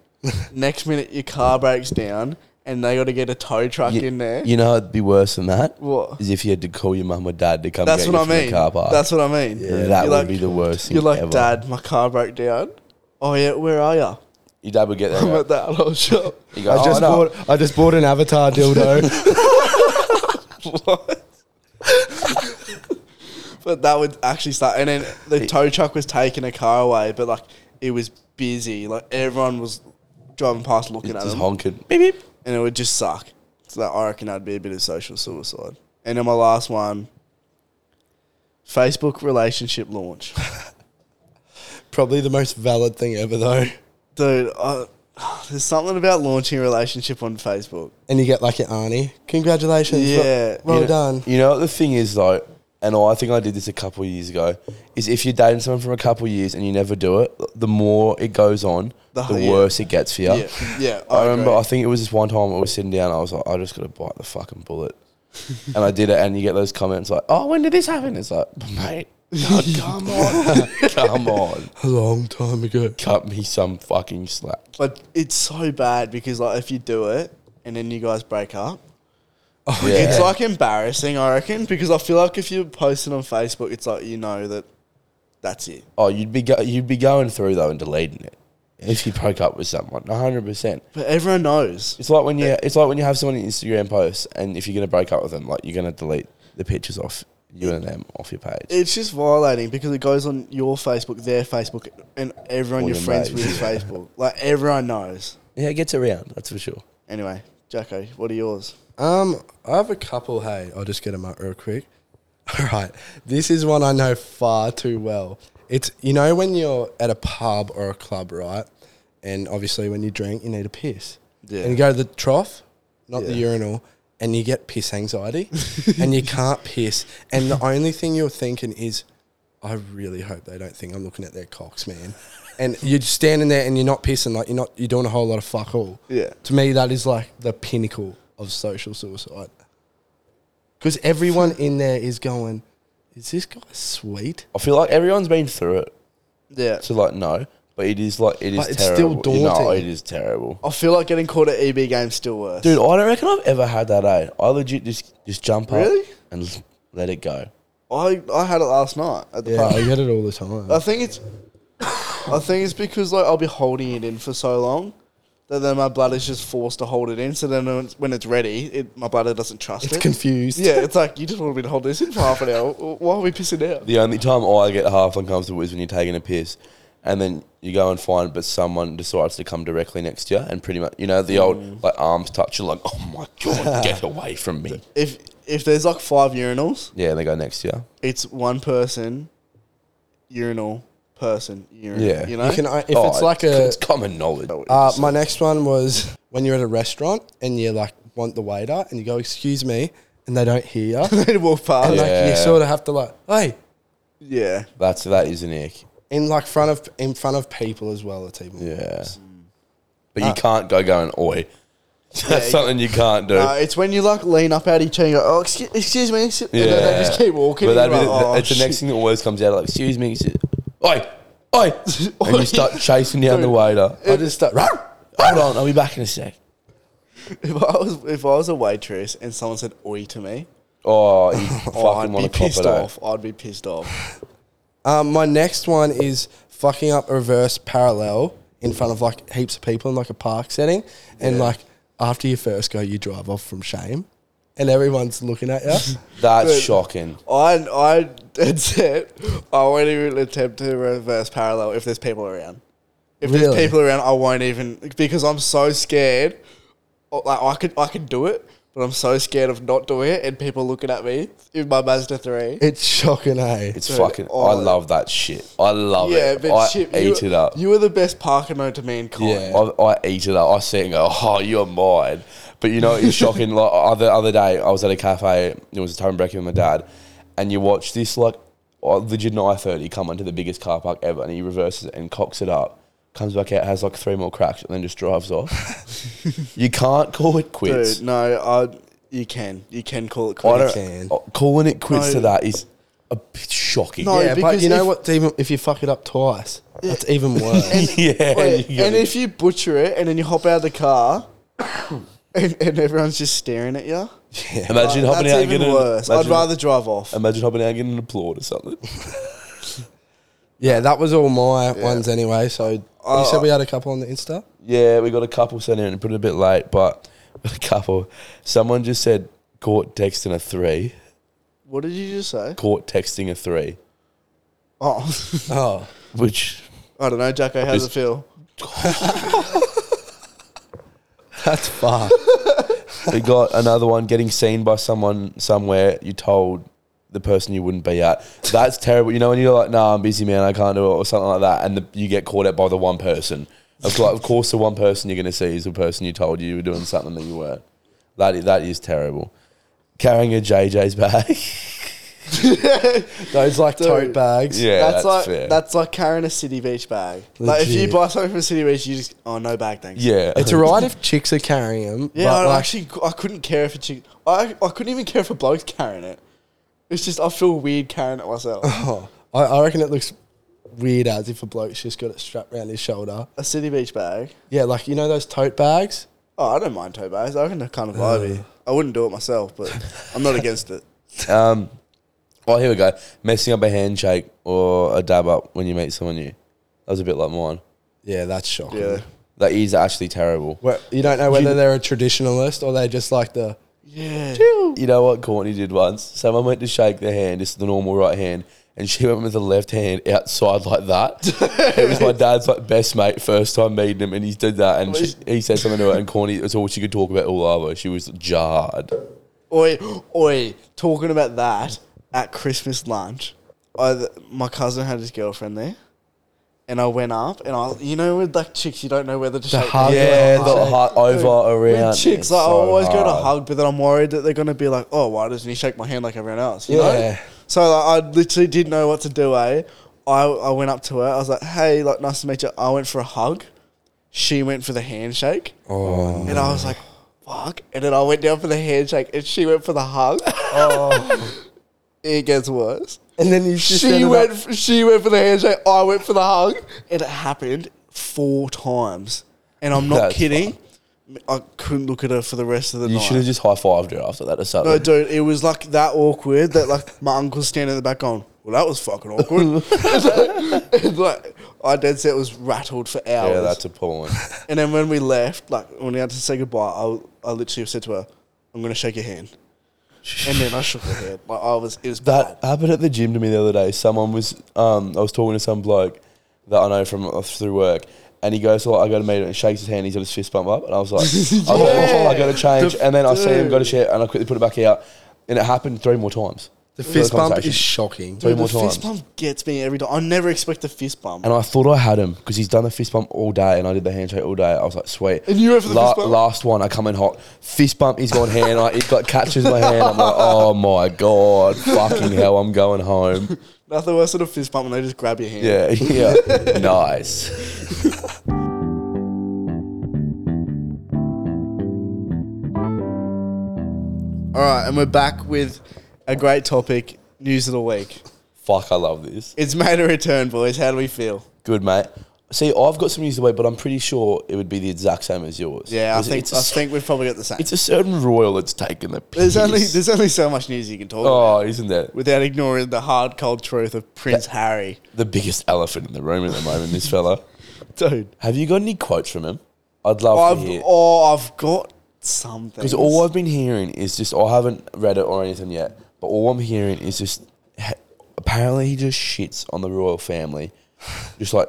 Speaker 3: next minute, your car breaks down, and they got to get a tow truck
Speaker 2: You,
Speaker 3: in there.
Speaker 2: you know, it'd be worse than that.
Speaker 3: What?
Speaker 2: Is if you had to call your mum or dad to come
Speaker 3: That's
Speaker 2: get
Speaker 3: what I
Speaker 2: you from
Speaker 3: mean.
Speaker 2: the car park.
Speaker 3: That's what I mean.
Speaker 2: yeah,
Speaker 3: You're
Speaker 2: that would
Speaker 3: like-
Speaker 2: be the worst thing
Speaker 3: You're like,
Speaker 2: ever.
Speaker 3: Dad, my car broke down. Oh yeah, where are ya?
Speaker 2: Your dad would get there.
Speaker 3: I'm
Speaker 2: and go-
Speaker 3: at the adult shop.
Speaker 2: You go,
Speaker 1: I just
Speaker 2: oh, no.
Speaker 1: bought I just bought an avatar dildo.
Speaker 3: But that would actually start. And then the tow truck was taking a car away, but like it was busy. Like everyone was driving past looking at
Speaker 2: Just
Speaker 3: them,
Speaker 2: honking. Beep, beep.
Speaker 3: and it would just suck. So I reckon that'd be a bit of social suicide. And then my last one, Facebook relationship launch.
Speaker 1: Probably the most valid thing ever though.
Speaker 3: Dude, I, there's something about launching a relationship on Facebook.
Speaker 1: And you get like an Arnie. Congratulations. well-
Speaker 3: Yeah.
Speaker 1: Well,
Speaker 2: You know-
Speaker 1: done.
Speaker 2: You know what the thing is though, and I think I did this a couple of years ago, is if you're dating someone for a couple of years and you never do it, the more it goes on,
Speaker 3: The
Speaker 2: the,
Speaker 3: h- yeah.
Speaker 2: worse it gets for you.
Speaker 3: Yeah, yeah.
Speaker 2: I remember, I
Speaker 3: agree.
Speaker 2: think it was this one time I was sitting down, I was like, I just got to bite the fucking bullet. and I did it, and you get those comments like, oh, when did this happen? It's like, mate, God, come on, come on,
Speaker 1: A long time ago.
Speaker 2: cut me some fucking slack.
Speaker 3: But it's so bad because like if you do it and then you guys break up,
Speaker 1: Oh,
Speaker 2: Yeah.
Speaker 3: it's like embarrassing. I reckon because I feel like if you post it on Facebook, it's like you know that that's it.
Speaker 2: Oh, you'd be go- you'd be going through though and deleting it if you broke up with someone, hundred percent.
Speaker 3: But everyone knows.
Speaker 2: It's like when you it's like when you have someone in Instagram posts, and if you're gonna break up with them, like you're gonna delete the pictures off you and them off your page.
Speaker 3: It's just violating because it goes on your Facebook, their Facebook, and everyone
Speaker 2: All
Speaker 3: you're
Speaker 2: your
Speaker 3: friends
Speaker 2: mates.
Speaker 3: with is Facebook. Like everyone knows.
Speaker 2: Yeah, it gets around, that's for sure.
Speaker 3: Anyway, Jacko, what are yours?
Speaker 1: Um, I have a couple. Hey, I'll just get them up real quick. All right, this is one I know far too well. It's you know when you're at a pub or a club, right? And obviously, when you drink, you need a piss.
Speaker 3: Yeah.
Speaker 1: And you go to the trough, not the
Speaker 3: Yeah.
Speaker 1: urinal, and you get piss anxiety, and you can't piss. And the only thing you're thinking is, I really hope they don't think I'm looking at their cocks, man. And you're standing there and you're not pissing, like you're not you're doing a whole lot of fuck all
Speaker 3: Yeah.
Speaker 1: to me that is like the pinnacle of social suicide because everyone in there is going is this guy sweet
Speaker 2: I feel like everyone's been through it,
Speaker 3: Yeah.
Speaker 2: so like no, but it is like it is.
Speaker 1: But it's
Speaker 2: terrible.
Speaker 1: still
Speaker 2: You know,
Speaker 1: daunting.
Speaker 2: it is terrible,
Speaker 3: I feel like getting caught at EB games still worse.
Speaker 2: dude. I don't reckon I've ever had that. Eh? I legit just just jump
Speaker 3: Really?
Speaker 2: up and let it go.
Speaker 3: I, I had it last night at the
Speaker 1: yeah
Speaker 3: pub.
Speaker 1: i get it all the time
Speaker 3: I think it's I think it's because like I'll be holding it in for so long that then my bladder is just forced to hold it in. So then when it's, when it's ready, it, my bladder doesn't trust
Speaker 1: it's
Speaker 3: it.
Speaker 1: confused
Speaker 3: yeah, it's like you just want me to hold this in for half an hour. Why are we pissing out?
Speaker 2: The only time I get half uncomfortable is when you're taking a piss, and then you go and find, but someone decides to come directly next to you, and pretty much, you know, the
Speaker 3: Mm.
Speaker 2: old like arms touch. You're like, oh my god, get away from me!
Speaker 3: If if there's like five urinals,
Speaker 2: Yeah, they go next to you.
Speaker 3: it's one person urinal person urinal.
Speaker 2: Yeah.
Speaker 3: you
Speaker 2: You
Speaker 3: know.
Speaker 1: you can I- if
Speaker 2: Oh,
Speaker 1: it's like
Speaker 2: co-
Speaker 1: a
Speaker 2: it's common knowledge.
Speaker 3: Oh,
Speaker 1: uh, my next one was when you're at a restaurant and you like want the waiter and you go excuse me and they don't hear you
Speaker 3: They walk past.
Speaker 1: and
Speaker 3: Yeah.
Speaker 1: like you
Speaker 2: Yeah.
Speaker 1: sort of have to like hey
Speaker 2: That's that is an ick.
Speaker 1: in like front of in front of people as well it's even
Speaker 2: Yeah,
Speaker 3: Mm.
Speaker 2: but
Speaker 3: Ah.
Speaker 2: you can't go going oi. That's something you can't do.
Speaker 3: No, Uh, it's when you like lean up out each other and go, oh, excuse, excuse me. Yeah. And then they
Speaker 2: Yeah.
Speaker 3: just keep walking.
Speaker 2: But that'd
Speaker 3: and you're
Speaker 2: be the,
Speaker 3: like, "Oh,
Speaker 2: it's the
Speaker 3: shit."
Speaker 2: next thing that always comes out like, excuse me, excuse- oi, oi, and
Speaker 3: Oi.
Speaker 2: you start chasing down the waiter.
Speaker 1: i just start
Speaker 2: Hold on, I'll be back in a sec.
Speaker 3: If I was if I was a waitress and someone said oi to me,
Speaker 2: Oh, you
Speaker 3: oh, I'd
Speaker 2: fucking
Speaker 3: be
Speaker 2: want to cop
Speaker 3: pissed
Speaker 2: it eh?
Speaker 3: off. I'd be pissed off.
Speaker 1: Um, my next one is fucking up reverse parallel in front of like heaps of people in like a park setting, and like after you first go, you drive off from shame, and everyone's looking at you.
Speaker 2: That's
Speaker 3: Dude.
Speaker 2: shocking.
Speaker 3: I I that's it. I won't even attempt to reverse parallel if there's people around. If there's
Speaker 1: Really?
Speaker 3: people around, I won't even because I'm so scared. Oh, Like I could I could do it, but I'm so scared of not doing it and people looking at me in my Mazda three.
Speaker 1: it's shocking, eh?
Speaker 2: It's
Speaker 3: Dude,
Speaker 2: fucking. I
Speaker 3: oh.
Speaker 2: love that shit. I love
Speaker 3: yeah,
Speaker 2: it.
Speaker 3: but
Speaker 2: I
Speaker 3: shit,
Speaker 2: eat
Speaker 3: you,
Speaker 2: it up.
Speaker 3: You were the best parker known to me and Colin.
Speaker 2: yeah, I, I eat it up. I see it and go, oh, you're mine. But you know, it's shocking. like other other day, I was at a cafe. It was a time break with my dad, and you watch this like oh, legit I thirty come onto the biggest car park ever, and he reverses it and cocks it up. Comes back out, has like three more cracks, and then just drives off. you can't call it quits.
Speaker 3: Dude, no, I you can you can call it
Speaker 2: I
Speaker 3: quits.
Speaker 2: don't,
Speaker 1: can.
Speaker 2: oh, calling it quits
Speaker 3: No.
Speaker 2: to that is a bit shocking.
Speaker 3: No,
Speaker 1: yeah, but
Speaker 3: because
Speaker 1: you know
Speaker 3: if-
Speaker 1: what's even if you fuck it up twice, that's even worse.
Speaker 2: yeah,
Speaker 3: Wait,
Speaker 2: you gotta-
Speaker 3: and if you butcher it and then you hop out of the car and, and everyone's just staring at you,
Speaker 2: imagine
Speaker 3: that's
Speaker 2: hopping out and
Speaker 3: even
Speaker 2: getting
Speaker 3: worse.
Speaker 2: Imagine,
Speaker 3: I'd rather drive off.
Speaker 2: imagine hopping out and getting an applaud or something.
Speaker 1: yeah, that was all my ones anyway. So you said we had a couple on the Insta.
Speaker 2: yeah, we got a couple sent in and put it a bit late, but a couple. Someone just said caught texting a three.
Speaker 3: what did you just say?
Speaker 2: Caught texting a three,
Speaker 3: Oh,
Speaker 1: Oh,
Speaker 2: which
Speaker 3: I don't know, Jacko. How's it
Speaker 2: Just-
Speaker 3: feel?
Speaker 1: that's fuck.
Speaker 2: we got another one getting seen by someone somewhere. You told the person you wouldn't be at. That's terrible. You know when you're like, "Nah, I'm busy, man. I can't do it," or something like that, and the, you get caught out by the one person. Of course, of course, the one person you're going to see is the person you told you you were doing something that you weren't. That i- that is terrible. Carrying a JJ's bag.
Speaker 1: Those like
Speaker 3: Dude.
Speaker 1: tote bags.
Speaker 2: Yeah,
Speaker 3: that's,
Speaker 2: that's,
Speaker 3: like
Speaker 2: fair.
Speaker 3: that's like carrying a city beach bag. Like if you
Speaker 1: Legit.
Speaker 3: buy something from city beach, you just oh no bag thanks.
Speaker 2: yeah,
Speaker 1: It's alright if chicks are carrying them.
Speaker 3: yeah.
Speaker 1: but
Speaker 3: I
Speaker 1: like,
Speaker 3: actually I couldn't care if a chick. I I couldn't even care if a bloke's carrying it. It's just I feel weird carrying it myself.
Speaker 1: oh, I, I reckon it looks weird as if a bloke's just got it strapped around his shoulder.
Speaker 3: a city beach bag.
Speaker 1: Yeah, like you know those tote bags.
Speaker 3: Oh, I don't mind tote bags. I reckon they're kind of vibey. I wouldn't do it myself, but I'm not against it.
Speaker 2: Um, oh, here we go. Messing up a handshake or a dab up when you meet someone new. That was a bit like mine.
Speaker 1: Yeah, that's shocking.
Speaker 3: Yeah.
Speaker 2: That is actually terrible.
Speaker 1: Where, you don't know whether they're a traditionalist or they're just like the
Speaker 3: Yeah.
Speaker 2: You know what Courtney did once? Someone went to shake their hand, just the normal right hand, and she went with the left hand outside like that. it was my dad's like best mate, first time meeting him, and he did that, and she, he said something to her, and Courtney, it's all she could talk about all over. She was jarred.
Speaker 3: Oi, oi, talking about that at Christmas lunch, I, th- my cousin had his girlfriend there, and I went up and I, you know, with like chicks, you don't know whether to shake.
Speaker 1: hug.
Speaker 3: hands.
Speaker 2: Yeah,
Speaker 1: Yeah,
Speaker 2: the
Speaker 1: handshake.
Speaker 2: heart over
Speaker 3: With
Speaker 2: around.
Speaker 3: chicks,
Speaker 2: It's
Speaker 3: like, I
Speaker 2: so
Speaker 3: always go to
Speaker 2: hard.
Speaker 3: hug, but then I'm worried that they're gonna be like, oh, why doesn't he shake my hand like everyone else? You
Speaker 1: Yeah.
Speaker 3: Know? So like, I literally didn't know what to do. Eh? I I went up to her. I was like, hey, like, nice to meet you. I went for a hug. She went for the handshake.
Speaker 1: oh,
Speaker 3: And I was like, fuck. And then I went down for the handshake and she went for the hug. it gets worse.
Speaker 1: and then you just
Speaker 3: She
Speaker 1: ended up-
Speaker 3: went, f- she went for the handshake, I went for the hug. And it happened four times. And I'm not
Speaker 2: That's
Speaker 3: kidding. I couldn't look at her for the rest of the
Speaker 2: You
Speaker 3: night.
Speaker 2: should have just high fived her after that or something.
Speaker 3: no, dude, it was like that awkward that like my uncle's standing in the back going, well, that was fucking awkward. It's like, I dead set was rattled for hours.
Speaker 2: yeah, that's a point.
Speaker 3: And then when we left, like when we had to say goodbye, I, I literally said to her, "I'm gonna shake your hand," and then I shook her hand. Like I was, it was
Speaker 2: That
Speaker 3: bad.
Speaker 2: happened at the gym to me the other day. Someone was, um, I was talking to some bloke that I know from uh, through work, and he goes, "Oh, I got to meet him," and shakes his hand. He's got his fist bump up, and I was like, "Oh,
Speaker 3: Yeah.
Speaker 2: I got to change."
Speaker 3: The-
Speaker 2: and then I see him
Speaker 3: dude.
Speaker 2: go to shit, and I quickly put it back out, and it happened three more times.
Speaker 1: the
Speaker 2: Through
Speaker 1: fist bump
Speaker 2: conversation.
Speaker 1: is shocking.
Speaker 2: Three
Speaker 3: the
Speaker 2: more times,
Speaker 3: fist bump gets me every time. I never expect a fist bump.
Speaker 2: and I thought I had him because he's done the fist bump all day, and I did the handshake all day. I was like, "Sweet."
Speaker 3: And you went for the fist bump?
Speaker 2: Last one, I come in hot. Fist bump. He's gone hand. I, he got catches my hand. I'm like, "Oh my god, fucking hell! I'm going home."
Speaker 3: Nothing worse than a fist bump when they just grab your hand.
Speaker 2: Yeah, yeah. nice.
Speaker 3: All right, and we're back with a great topic: news of the week.
Speaker 2: Fuck, I love this.
Speaker 3: It's made a return, boys. How do we feel?
Speaker 2: Good, mate. See, I've got some news away, but I'm pretty sure it would be the exact same as yours.
Speaker 3: Yeah, I
Speaker 2: It's-
Speaker 3: think
Speaker 2: it's a,
Speaker 3: I think we've probably got the same.
Speaker 2: it's a certain royal that's taken the piss.
Speaker 3: There's only there's only so much news you can talk about
Speaker 2: oh, isn't that
Speaker 3: without ignoring the hard cold truth of Prince Harry,
Speaker 2: the biggest elephant in the room at the moment? this fella.
Speaker 3: dude.
Speaker 2: Have you got any quotes from him? I'd love to
Speaker 3: I've,
Speaker 2: hear.
Speaker 3: oh, I've got something.
Speaker 2: Because all I've been hearing is just I haven't read it or anything yet, but all I'm hearing is just ha- apparently he just shits on the royal family, just like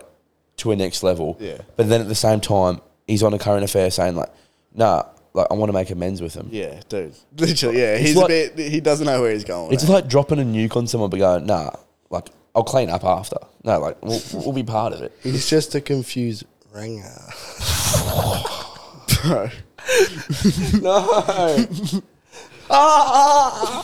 Speaker 2: to a next level.
Speaker 3: Yeah.
Speaker 2: But then at the same time, he's on a current affair saying like, nah, like I want to make amends with him.
Speaker 3: yeah, dude, literally, yeah, he's
Speaker 2: like-
Speaker 3: a bit. He doesn't know where he's going.
Speaker 2: It's
Speaker 3: with
Speaker 2: like dropping a nuke on someone, but going nah, like I'll clean up after. No, like we'll, we'll be part of it.
Speaker 1: He's just a confused ringer.
Speaker 3: that. Bro.
Speaker 1: No. ah, ah.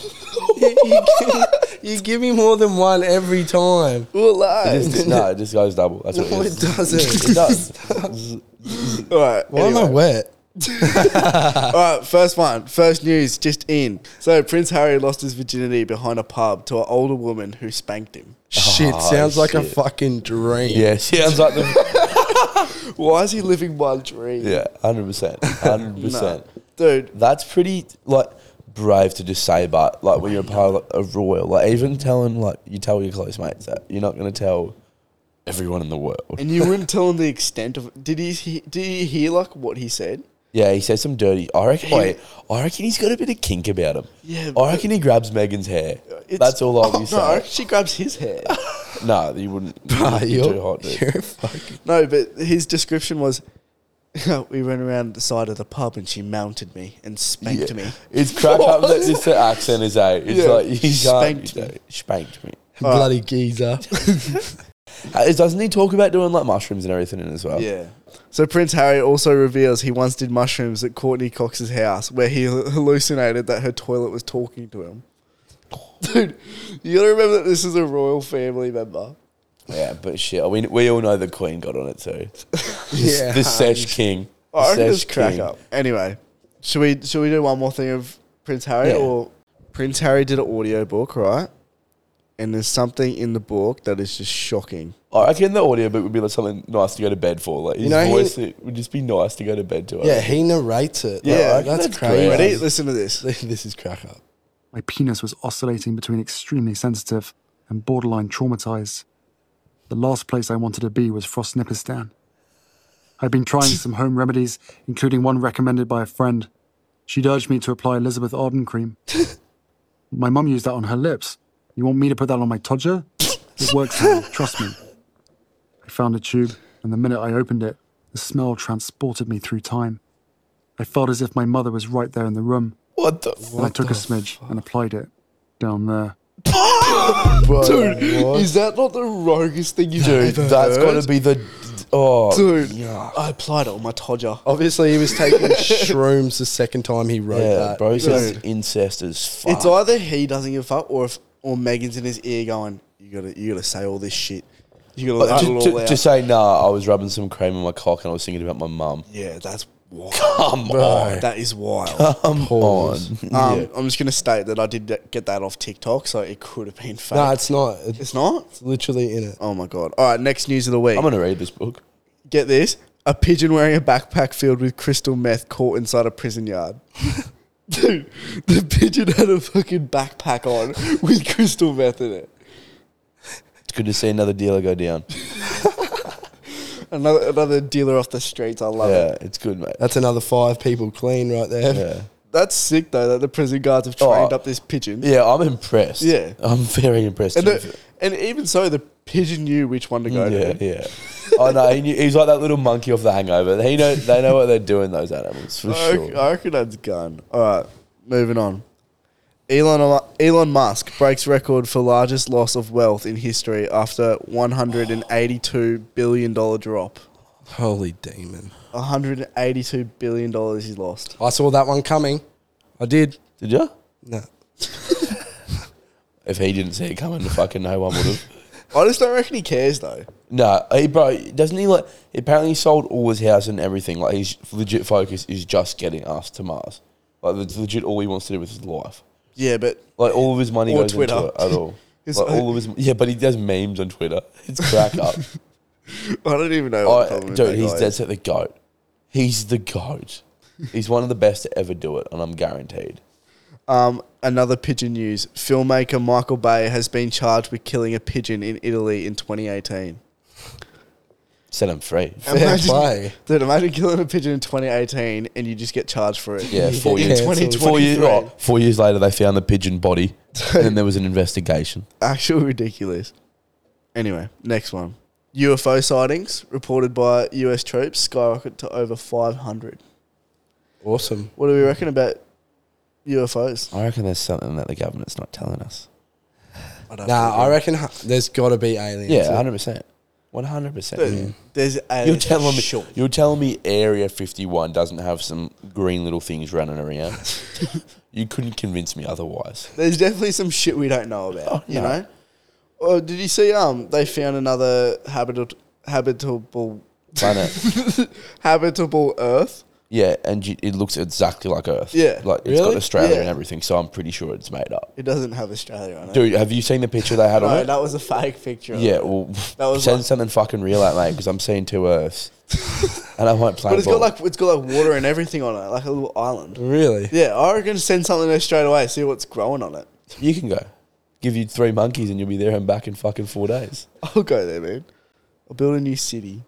Speaker 1: you, you give, you give me more than one every time.
Speaker 3: Well, like,
Speaker 2: It just- no, it just goes double. That's what
Speaker 1: No, it
Speaker 2: it is.
Speaker 1: doesn't.
Speaker 2: It does.
Speaker 3: all right,
Speaker 1: Why am I wet?
Speaker 3: all right. First one, first news, just in. So Prince Harry lost his virginity behind a pub to an older woman who spanked him.
Speaker 1: Shit,
Speaker 2: Oh,
Speaker 1: sounds like a
Speaker 2: shit.
Speaker 1: fucking dream.
Speaker 2: Yeah, sounds like the
Speaker 3: Why is he living my dream?
Speaker 2: Yeah, hundred percent, hundred
Speaker 3: no.
Speaker 2: percent.
Speaker 3: dude.
Speaker 2: That's pretty like brave to just say, but like when you're a part of a royal, like even telling like you tell your close mates that you're not gonna tell everyone in the world.
Speaker 3: And you wouldn't tell him the extent of. Did he? he did he hear like what he said?
Speaker 2: Yeah, he says some dirty. I reckon.
Speaker 3: He-
Speaker 2: wait, I reckon he's got a bit of kink about him.
Speaker 3: Yeah,
Speaker 2: I
Speaker 3: but-
Speaker 2: reckon he grabs Megan's hair. That's all I'll be
Speaker 3: Oh, No, I
Speaker 2: saying.
Speaker 3: reckon she grabs his hair.
Speaker 2: No, you wouldn't.
Speaker 1: Bruh,
Speaker 2: you're
Speaker 1: Ah, you're,
Speaker 2: too hot, dude.
Speaker 1: you're fucking.
Speaker 3: No, but his description was we went around the side of the pub and she mounted me and spanked
Speaker 2: Yeah.
Speaker 3: me.
Speaker 2: It's crack up that it's the accent is out. It's
Speaker 3: Yeah.
Speaker 2: like you
Speaker 3: Spanked
Speaker 2: spanked
Speaker 3: me.
Speaker 2: me. Spanked me.
Speaker 1: Bloody geezer.
Speaker 2: Uh, Doesn't he talk about doing like mushrooms and everything in as well?
Speaker 3: Yeah. So Prince Harry also reveals he once did mushrooms at Courtney Cox's house where he hallucinated that her toilet was talking to him. Dude, you gotta remember that this is a royal family member.
Speaker 2: Yeah, but shit, we, we all know the Queen got on it too.
Speaker 1: Yeah.
Speaker 2: the Sesh King. The
Speaker 3: Oh, I reckon
Speaker 2: Sesh
Speaker 3: it's crack
Speaker 2: King.
Speaker 3: up. Anyway, should we should we do one more thing of Prince Harry
Speaker 2: Yeah.
Speaker 3: or Prince Harry did an audio book, right? And there's something in the book that is just shocking.
Speaker 2: I reckon the audiobook would be like something nice to go to bed for. Like his
Speaker 1: know, he-
Speaker 2: voice it would just be nice to go to bed to. I
Speaker 1: Yeah,
Speaker 2: reckon.
Speaker 1: he narrates it. Like,
Speaker 3: Yeah,
Speaker 1: that's,
Speaker 2: that's
Speaker 1: crazy.
Speaker 2: great.
Speaker 3: Ready? Listen to this.
Speaker 1: This is crack up.
Speaker 4: My penis was oscillating between extremely sensitive and borderline traumatized. The last place I wanted to be was Frostnipistan. I'd been trying some home remedies, including one recommended by a friend. She'd urged me to apply Elizabeth Arden cream. my mum used that on her lips. You want me to put that on my todger? It works, honey, trust me. I found a tube, and the minute I opened it, the smell transported me through time. I felt as if my mother was right there in the room.
Speaker 2: What the?
Speaker 4: And I took a smidge and applied it down there.
Speaker 3: Dude, is that not the roguest thing you do?
Speaker 2: Dude, that's got to be the. Oh,
Speaker 3: Dude, I applied it on my todger.
Speaker 1: Obviously, he was taking shrooms the second time he wrote
Speaker 2: yeah,
Speaker 1: that.
Speaker 2: bro says
Speaker 3: Dude.
Speaker 2: incest as fuck.
Speaker 3: It's either he doesn't give a fuck, or if or Megan's in his ear going, "You gotta, you gotta say all this shit. You gotta let
Speaker 2: But
Speaker 3: it
Speaker 2: to,
Speaker 3: all
Speaker 2: to,
Speaker 3: out."
Speaker 2: to say nah, I was rubbing some cream on my cock and I was thinking about my mum.
Speaker 3: yeah, that's wild.
Speaker 2: Come on,
Speaker 3: That is wild.
Speaker 2: come
Speaker 1: Pause.
Speaker 2: on.
Speaker 3: Um, I'm just gonna state that I did that- get that off TikTok, so it could have been fake.
Speaker 1: No, it's not. It's
Speaker 3: it's not.
Speaker 1: literally in it.
Speaker 3: Oh my god! All right, next news of the week.
Speaker 2: I'm gonna read this book.
Speaker 3: get this: a pigeon wearing a backpack filled with crystal meth caught inside a prison yard. Dude, the pigeon had a fucking backpack on with crystal meth in it.
Speaker 2: It's good to see another dealer go down.
Speaker 3: Another another dealer off the streets. I love it.
Speaker 2: Yeah, it's good, mate.
Speaker 1: That's another five people clean right there.
Speaker 2: Yeah,
Speaker 3: That's sick though that the prison guards have trained
Speaker 2: Oh.
Speaker 3: up this pigeon.
Speaker 2: yeah, I'm impressed.
Speaker 3: Yeah.
Speaker 2: I'm very impressed.
Speaker 3: And,
Speaker 2: to be
Speaker 3: the, and even so, the pigeon knew which one to go
Speaker 2: Yeah,
Speaker 3: to.
Speaker 2: yeah. oh no, he, knew, he was like that little monkey off the Hangover. He know they know what they're doing. Those animals for
Speaker 3: I,
Speaker 2: sure.
Speaker 3: I reckon that's gone. All right, moving on. Elon Elon Musk breaks record for largest loss of wealth in history after 182 billion dollar drop.
Speaker 1: Holy demon.
Speaker 3: 182 billion dollars he lost.
Speaker 1: I saw that one coming. I did.
Speaker 2: Did you?
Speaker 1: No.
Speaker 2: If he didn't see it coming, fucking no one would have.
Speaker 3: I just don't reckon he cares though.
Speaker 2: No, he bro doesn't he like? Apparently, he sold all his house and everything. Like his legit focus is just getting us to Mars. Like that's legit all he wants to do with his life.
Speaker 3: Yeah, but
Speaker 2: Like all of his money
Speaker 3: Or
Speaker 2: goes
Speaker 3: Twitter.
Speaker 2: into it at all.
Speaker 3: His-
Speaker 2: like all of his yeah, but he does memes on Twitter. It's crack up.
Speaker 3: I don't even know. What
Speaker 2: I,
Speaker 3: the problem with
Speaker 2: dude,
Speaker 3: that
Speaker 2: he's
Speaker 3: guy
Speaker 2: dead
Speaker 3: is.
Speaker 2: set the goat. He's the goat. He's one of the best to ever do it, and I'm guaranteed.
Speaker 3: Um, another pigeon news. Filmmaker Michael Bay has been charged with killing a pigeon in Italy in 2018.
Speaker 2: Set him free.
Speaker 1: Fair play.
Speaker 3: Dude, imagine killing a pigeon in 2018 and you just get charged for it.
Speaker 2: Yeah, four
Speaker 1: Yeah,
Speaker 2: years.
Speaker 1: it's always-
Speaker 2: Four years. oh, four years later, they found the pigeon body, and then there was an investigation.
Speaker 3: Actually ridiculous. Anyway, next one. UFO sightings reported by US troops skyrocket to over 500.
Speaker 1: Awesome.
Speaker 3: What do we reckon about UFOs?
Speaker 2: I reckon there's something that the government's not telling us.
Speaker 3: I don't
Speaker 1: Nah, I reckon ha- there's got to be aliens.
Speaker 2: Yeah, hundred percent. One hundred percent.
Speaker 3: There's a
Speaker 2: You're telling me.
Speaker 3: Sure.
Speaker 2: You're telling me Area Fifty One doesn't have some green little things running around. you couldn't convince me otherwise.
Speaker 3: There's definitely some shit we don't know about,
Speaker 2: Oh,
Speaker 3: you
Speaker 2: no.
Speaker 3: know. Oh, did you see? Um, they found another habitable, habitable,
Speaker 2: Planet.
Speaker 3: habitable Earth.
Speaker 2: yeah, and you, it looks exactly like Earth.
Speaker 3: Yeah.
Speaker 2: like it's got
Speaker 1: Really?
Speaker 2: Australia
Speaker 3: Yeah.
Speaker 2: and everything. So I'm pretty sure it's made up.
Speaker 3: It doesn't have Australia on it.
Speaker 2: Dude, have you seen the picture they had on
Speaker 3: no,
Speaker 2: it?
Speaker 3: that was a fake picture. of
Speaker 2: Yeah,
Speaker 3: it.
Speaker 2: well,
Speaker 3: That was
Speaker 2: send
Speaker 3: like-
Speaker 2: something fucking real out, mate, because I'm seeing two Earths, and I won't play.
Speaker 3: but it's
Speaker 2: ball.
Speaker 3: got like it's got like water and everything on it, like a little island.
Speaker 1: Really?
Speaker 3: Yeah, I reckon send something there straight away. See what's growing on it.
Speaker 2: you can go. Give you three monkeys, and you'll be there and back in fucking four days.
Speaker 3: I'll go there, man. I'll build a new city.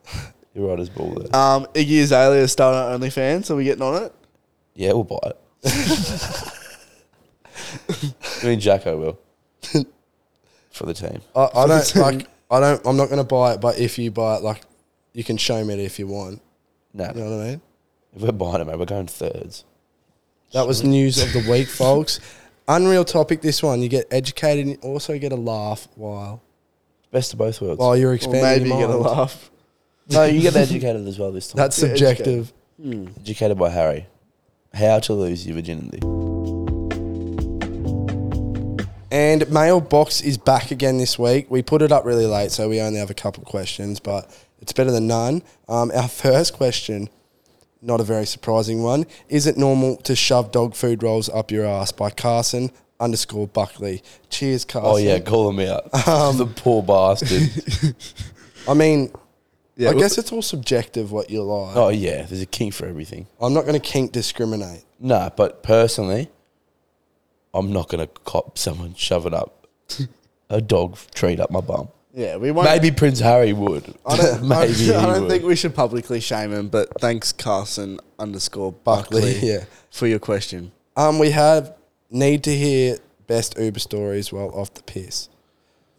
Speaker 2: You're right as ball there.
Speaker 3: Um, Iggy Azalea is starting our OnlyFans. Are we getting on it?
Speaker 2: Yeah, we'll buy it. I mean, Jacko will for the team.
Speaker 1: I, I don't like. I don't. I'm not going to buy it. But if you buy it, like, you can show me it if you want.
Speaker 2: No,
Speaker 1: You know what I mean?
Speaker 2: if we're buying it, mate, we're going thirds.
Speaker 1: That was news of the week, folks. Unreal topic. This one. You get educated and you also get a laugh while
Speaker 2: Best of both worlds.
Speaker 1: while you're
Speaker 3: Or
Speaker 1: expanding.
Speaker 3: maybe
Speaker 1: your
Speaker 3: you're gonna
Speaker 1: mind.
Speaker 3: laugh.
Speaker 2: no, you get educated as well this time.
Speaker 1: That's
Speaker 3: Yeah, educated.
Speaker 1: subjective.
Speaker 2: educated by Oh, Harry. How to lose your virginity.
Speaker 1: And mailbox is back again this week. We put it up really late, so we only have a couple questions, but it's better than none. Um, our first question, not a very surprising one, is it normal to shove dog food rolls up your ass? By Carson underscore Buckley. Cheers, Carson.
Speaker 2: Oh yeah, call him out.
Speaker 3: Um,
Speaker 2: the poor bastard.
Speaker 1: I mean,
Speaker 3: Yeah,
Speaker 1: I guess it's all subjective what you like.
Speaker 2: oh yeah, there's a king for everything.
Speaker 1: I'm not going to kink discriminate.
Speaker 2: Nah, but personally, I'm not gonna cop someone shoving up a dog treat up my bum.
Speaker 3: Yeah, we won't.
Speaker 2: Maybe Prince Harry would.
Speaker 3: I don't,
Speaker 2: Maybe he
Speaker 3: I don't
Speaker 2: would.
Speaker 3: think we should publicly shame him, but thanks, Carson underscore Buckley,
Speaker 1: Buckley, yeah.
Speaker 3: for your question.
Speaker 1: Um, we have need to hear best Uber stories while off the piss.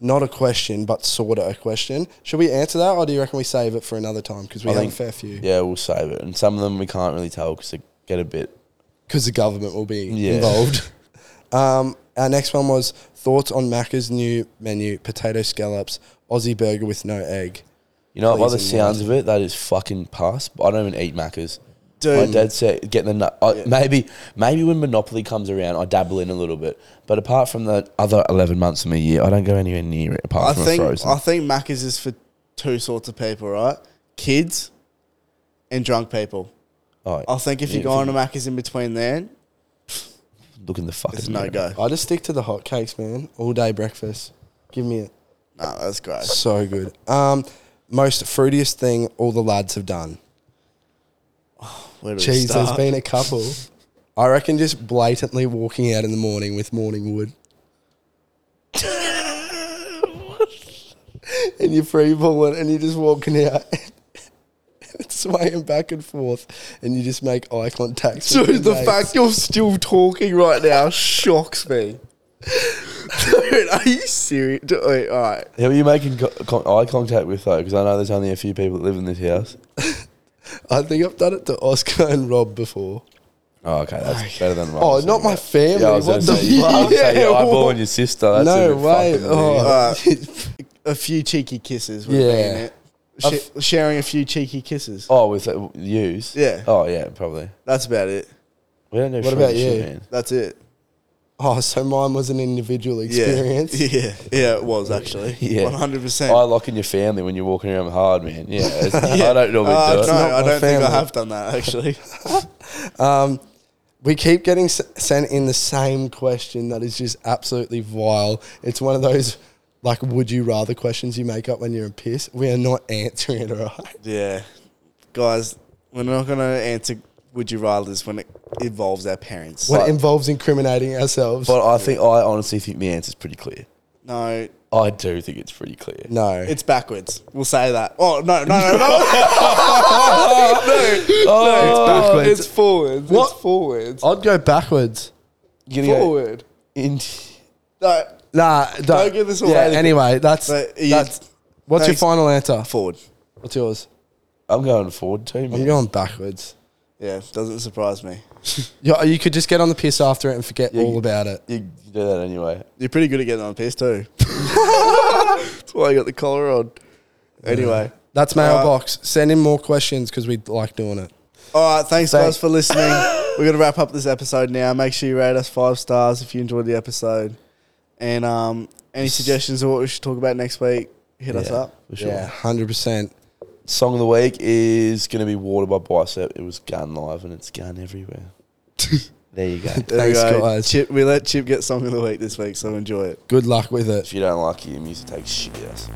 Speaker 1: Not a question, but sort of a question. Should we answer that, or do you reckon we save it for another time? Because we
Speaker 2: I
Speaker 1: have
Speaker 2: think-
Speaker 1: a fair few.
Speaker 2: Yeah, we'll save it. And some of them we can't really tell because they get a bit.
Speaker 1: Because the government will be
Speaker 2: Yeah.
Speaker 1: involved. um, our next one was thoughts on Macca's new menu: potato scallops, Aussie burger with no egg.
Speaker 2: You know, by the
Speaker 1: Pleasing, yeah.
Speaker 2: sounds of it, that is fucking pus. I don't even eat macas.
Speaker 3: Dude.
Speaker 2: My dad said, "Get the nut." I Maybe, maybe when Monopoly comes around, I dabble in a little bit. But apart from the other eleven months in the year, I don't go anywhere near it. Apart
Speaker 3: I
Speaker 2: from
Speaker 3: think
Speaker 2: a frozen.
Speaker 3: I think Macca's is for two sorts of people, right? Kids and drunk people.
Speaker 2: Oh,
Speaker 3: I think if
Speaker 2: yeah,
Speaker 3: you go on to Macca's in between then,
Speaker 2: look in the fucking.
Speaker 3: it's no
Speaker 2: mirror.
Speaker 3: go.
Speaker 1: I just stick to the hotcakes, man. All day breakfast. Give me it.
Speaker 3: Nah, that's great.
Speaker 1: So good. Um, most fruitiest thing all the lads have done.
Speaker 3: Where do we
Speaker 1: Jeez, there's
Speaker 3: start?
Speaker 1: been a couple. I reckon just blatantly walking out in the morning with morning wood. and you're free balling and you're just walking out. Swaying back and forth, and you just make eye contact. with your
Speaker 3: Dude, the
Speaker 1: mates.
Speaker 3: fact you're still talking right now shocks me. Dude, are you serious? Dude, wait, all right.
Speaker 2: Who are you making co- con- eye contact with though? Because I know there's only a few people that live in this house.
Speaker 1: I think I've done it to Oscar and Rob before.
Speaker 2: Oh, okay, that's better than.
Speaker 1: Oh, not my family.
Speaker 2: Yeah, I was
Speaker 1: what the
Speaker 2: gonna say, you- I
Speaker 1: fuck?
Speaker 2: was saying, you're eyeballing your sister. That's a
Speaker 1: no
Speaker 2: bit
Speaker 1: way.
Speaker 2: fucking
Speaker 1: Oh,
Speaker 2: weird.
Speaker 3: A few cheeky kisses. Would yeah.
Speaker 1: Yeah.
Speaker 3: Be in it. Sh- sharing a few cheeky kisses.
Speaker 2: Oh, with uh, yous?
Speaker 3: Yeah.
Speaker 2: Oh, yeah, probably.
Speaker 3: That's about it.
Speaker 2: We don't know.
Speaker 1: What
Speaker 2: shit,
Speaker 1: about
Speaker 2: shit,
Speaker 1: you?
Speaker 2: man.
Speaker 3: That's it.
Speaker 1: oh, so mine was an individual
Speaker 3: Yeah.
Speaker 1: experience.
Speaker 3: Yeah. Yeah, it was actually.
Speaker 2: Yeah.
Speaker 3: 100%.
Speaker 2: Eye lock in your family when you're walking around hard, man. Yeah, it's- I don't normally
Speaker 3: Uh,
Speaker 2: do it.
Speaker 3: no,
Speaker 1: not
Speaker 3: I
Speaker 1: my
Speaker 3: don't think I
Speaker 1: family.
Speaker 3: have done that actually.
Speaker 1: We keep getting s- sent in the same question that is just absolutely vile. It's one of those like would you rather questions you make up when you're in piss. We are not answering it, all right?
Speaker 3: yeah. Guys, we're not going to answer would you rather's when it involves our parents.
Speaker 1: What involves incriminating ourselves?
Speaker 2: But I think I honestly think the answer's pretty clear.
Speaker 3: No,
Speaker 2: I do think it's pretty clear.
Speaker 1: no.
Speaker 3: it's backwards. We'll say that. Oh, no, no, no, no.
Speaker 2: Oh,
Speaker 1: backwards.
Speaker 3: it's forwards.
Speaker 1: What?
Speaker 3: It's forwards.
Speaker 1: I'd go backwards.
Speaker 2: You're gonna go
Speaker 3: Forward.
Speaker 2: in-
Speaker 3: No,
Speaker 1: Nah, don't,
Speaker 3: give this
Speaker 1: Yeah,
Speaker 3: away.
Speaker 1: anyway, that's,
Speaker 3: But you-
Speaker 1: that's what's your
Speaker 3: thanks.
Speaker 1: final answer?
Speaker 3: forward.
Speaker 1: What's yours?
Speaker 2: I'm going forward too,
Speaker 1: I'm
Speaker 2: man.
Speaker 1: going backwards.
Speaker 3: Yeah, doesn't surprise me.
Speaker 1: You, you could just get on the piss after it and forget all about it.
Speaker 2: You you do that anyway.
Speaker 3: You're pretty good at getting on piss too. That's why you got the collar on. Anyway.
Speaker 1: That's mailbox. Send in more questions because we like doing it.
Speaker 3: All right, thanks,
Speaker 2: Thanks.
Speaker 3: guys for listening. We're gonna wrap up this episode now. Make sure you rate us five stars if you enjoyed the episode, and um, any suggestions of what we should talk about next week, hit us
Speaker 2: Yeah,
Speaker 3: up.
Speaker 2: for sure.
Speaker 1: Yeah, hundred percent.
Speaker 2: Song of the week is gonna be Water by Bicep. It was gun live and it's gun everywhere. there you go.
Speaker 3: There
Speaker 1: Thanks,
Speaker 3: we go.
Speaker 1: guys.
Speaker 3: Chip, we let Chip get song of the week this week, so enjoy it.
Speaker 1: Good luck with it.
Speaker 2: If you don't like it, your music takes shit. Yes.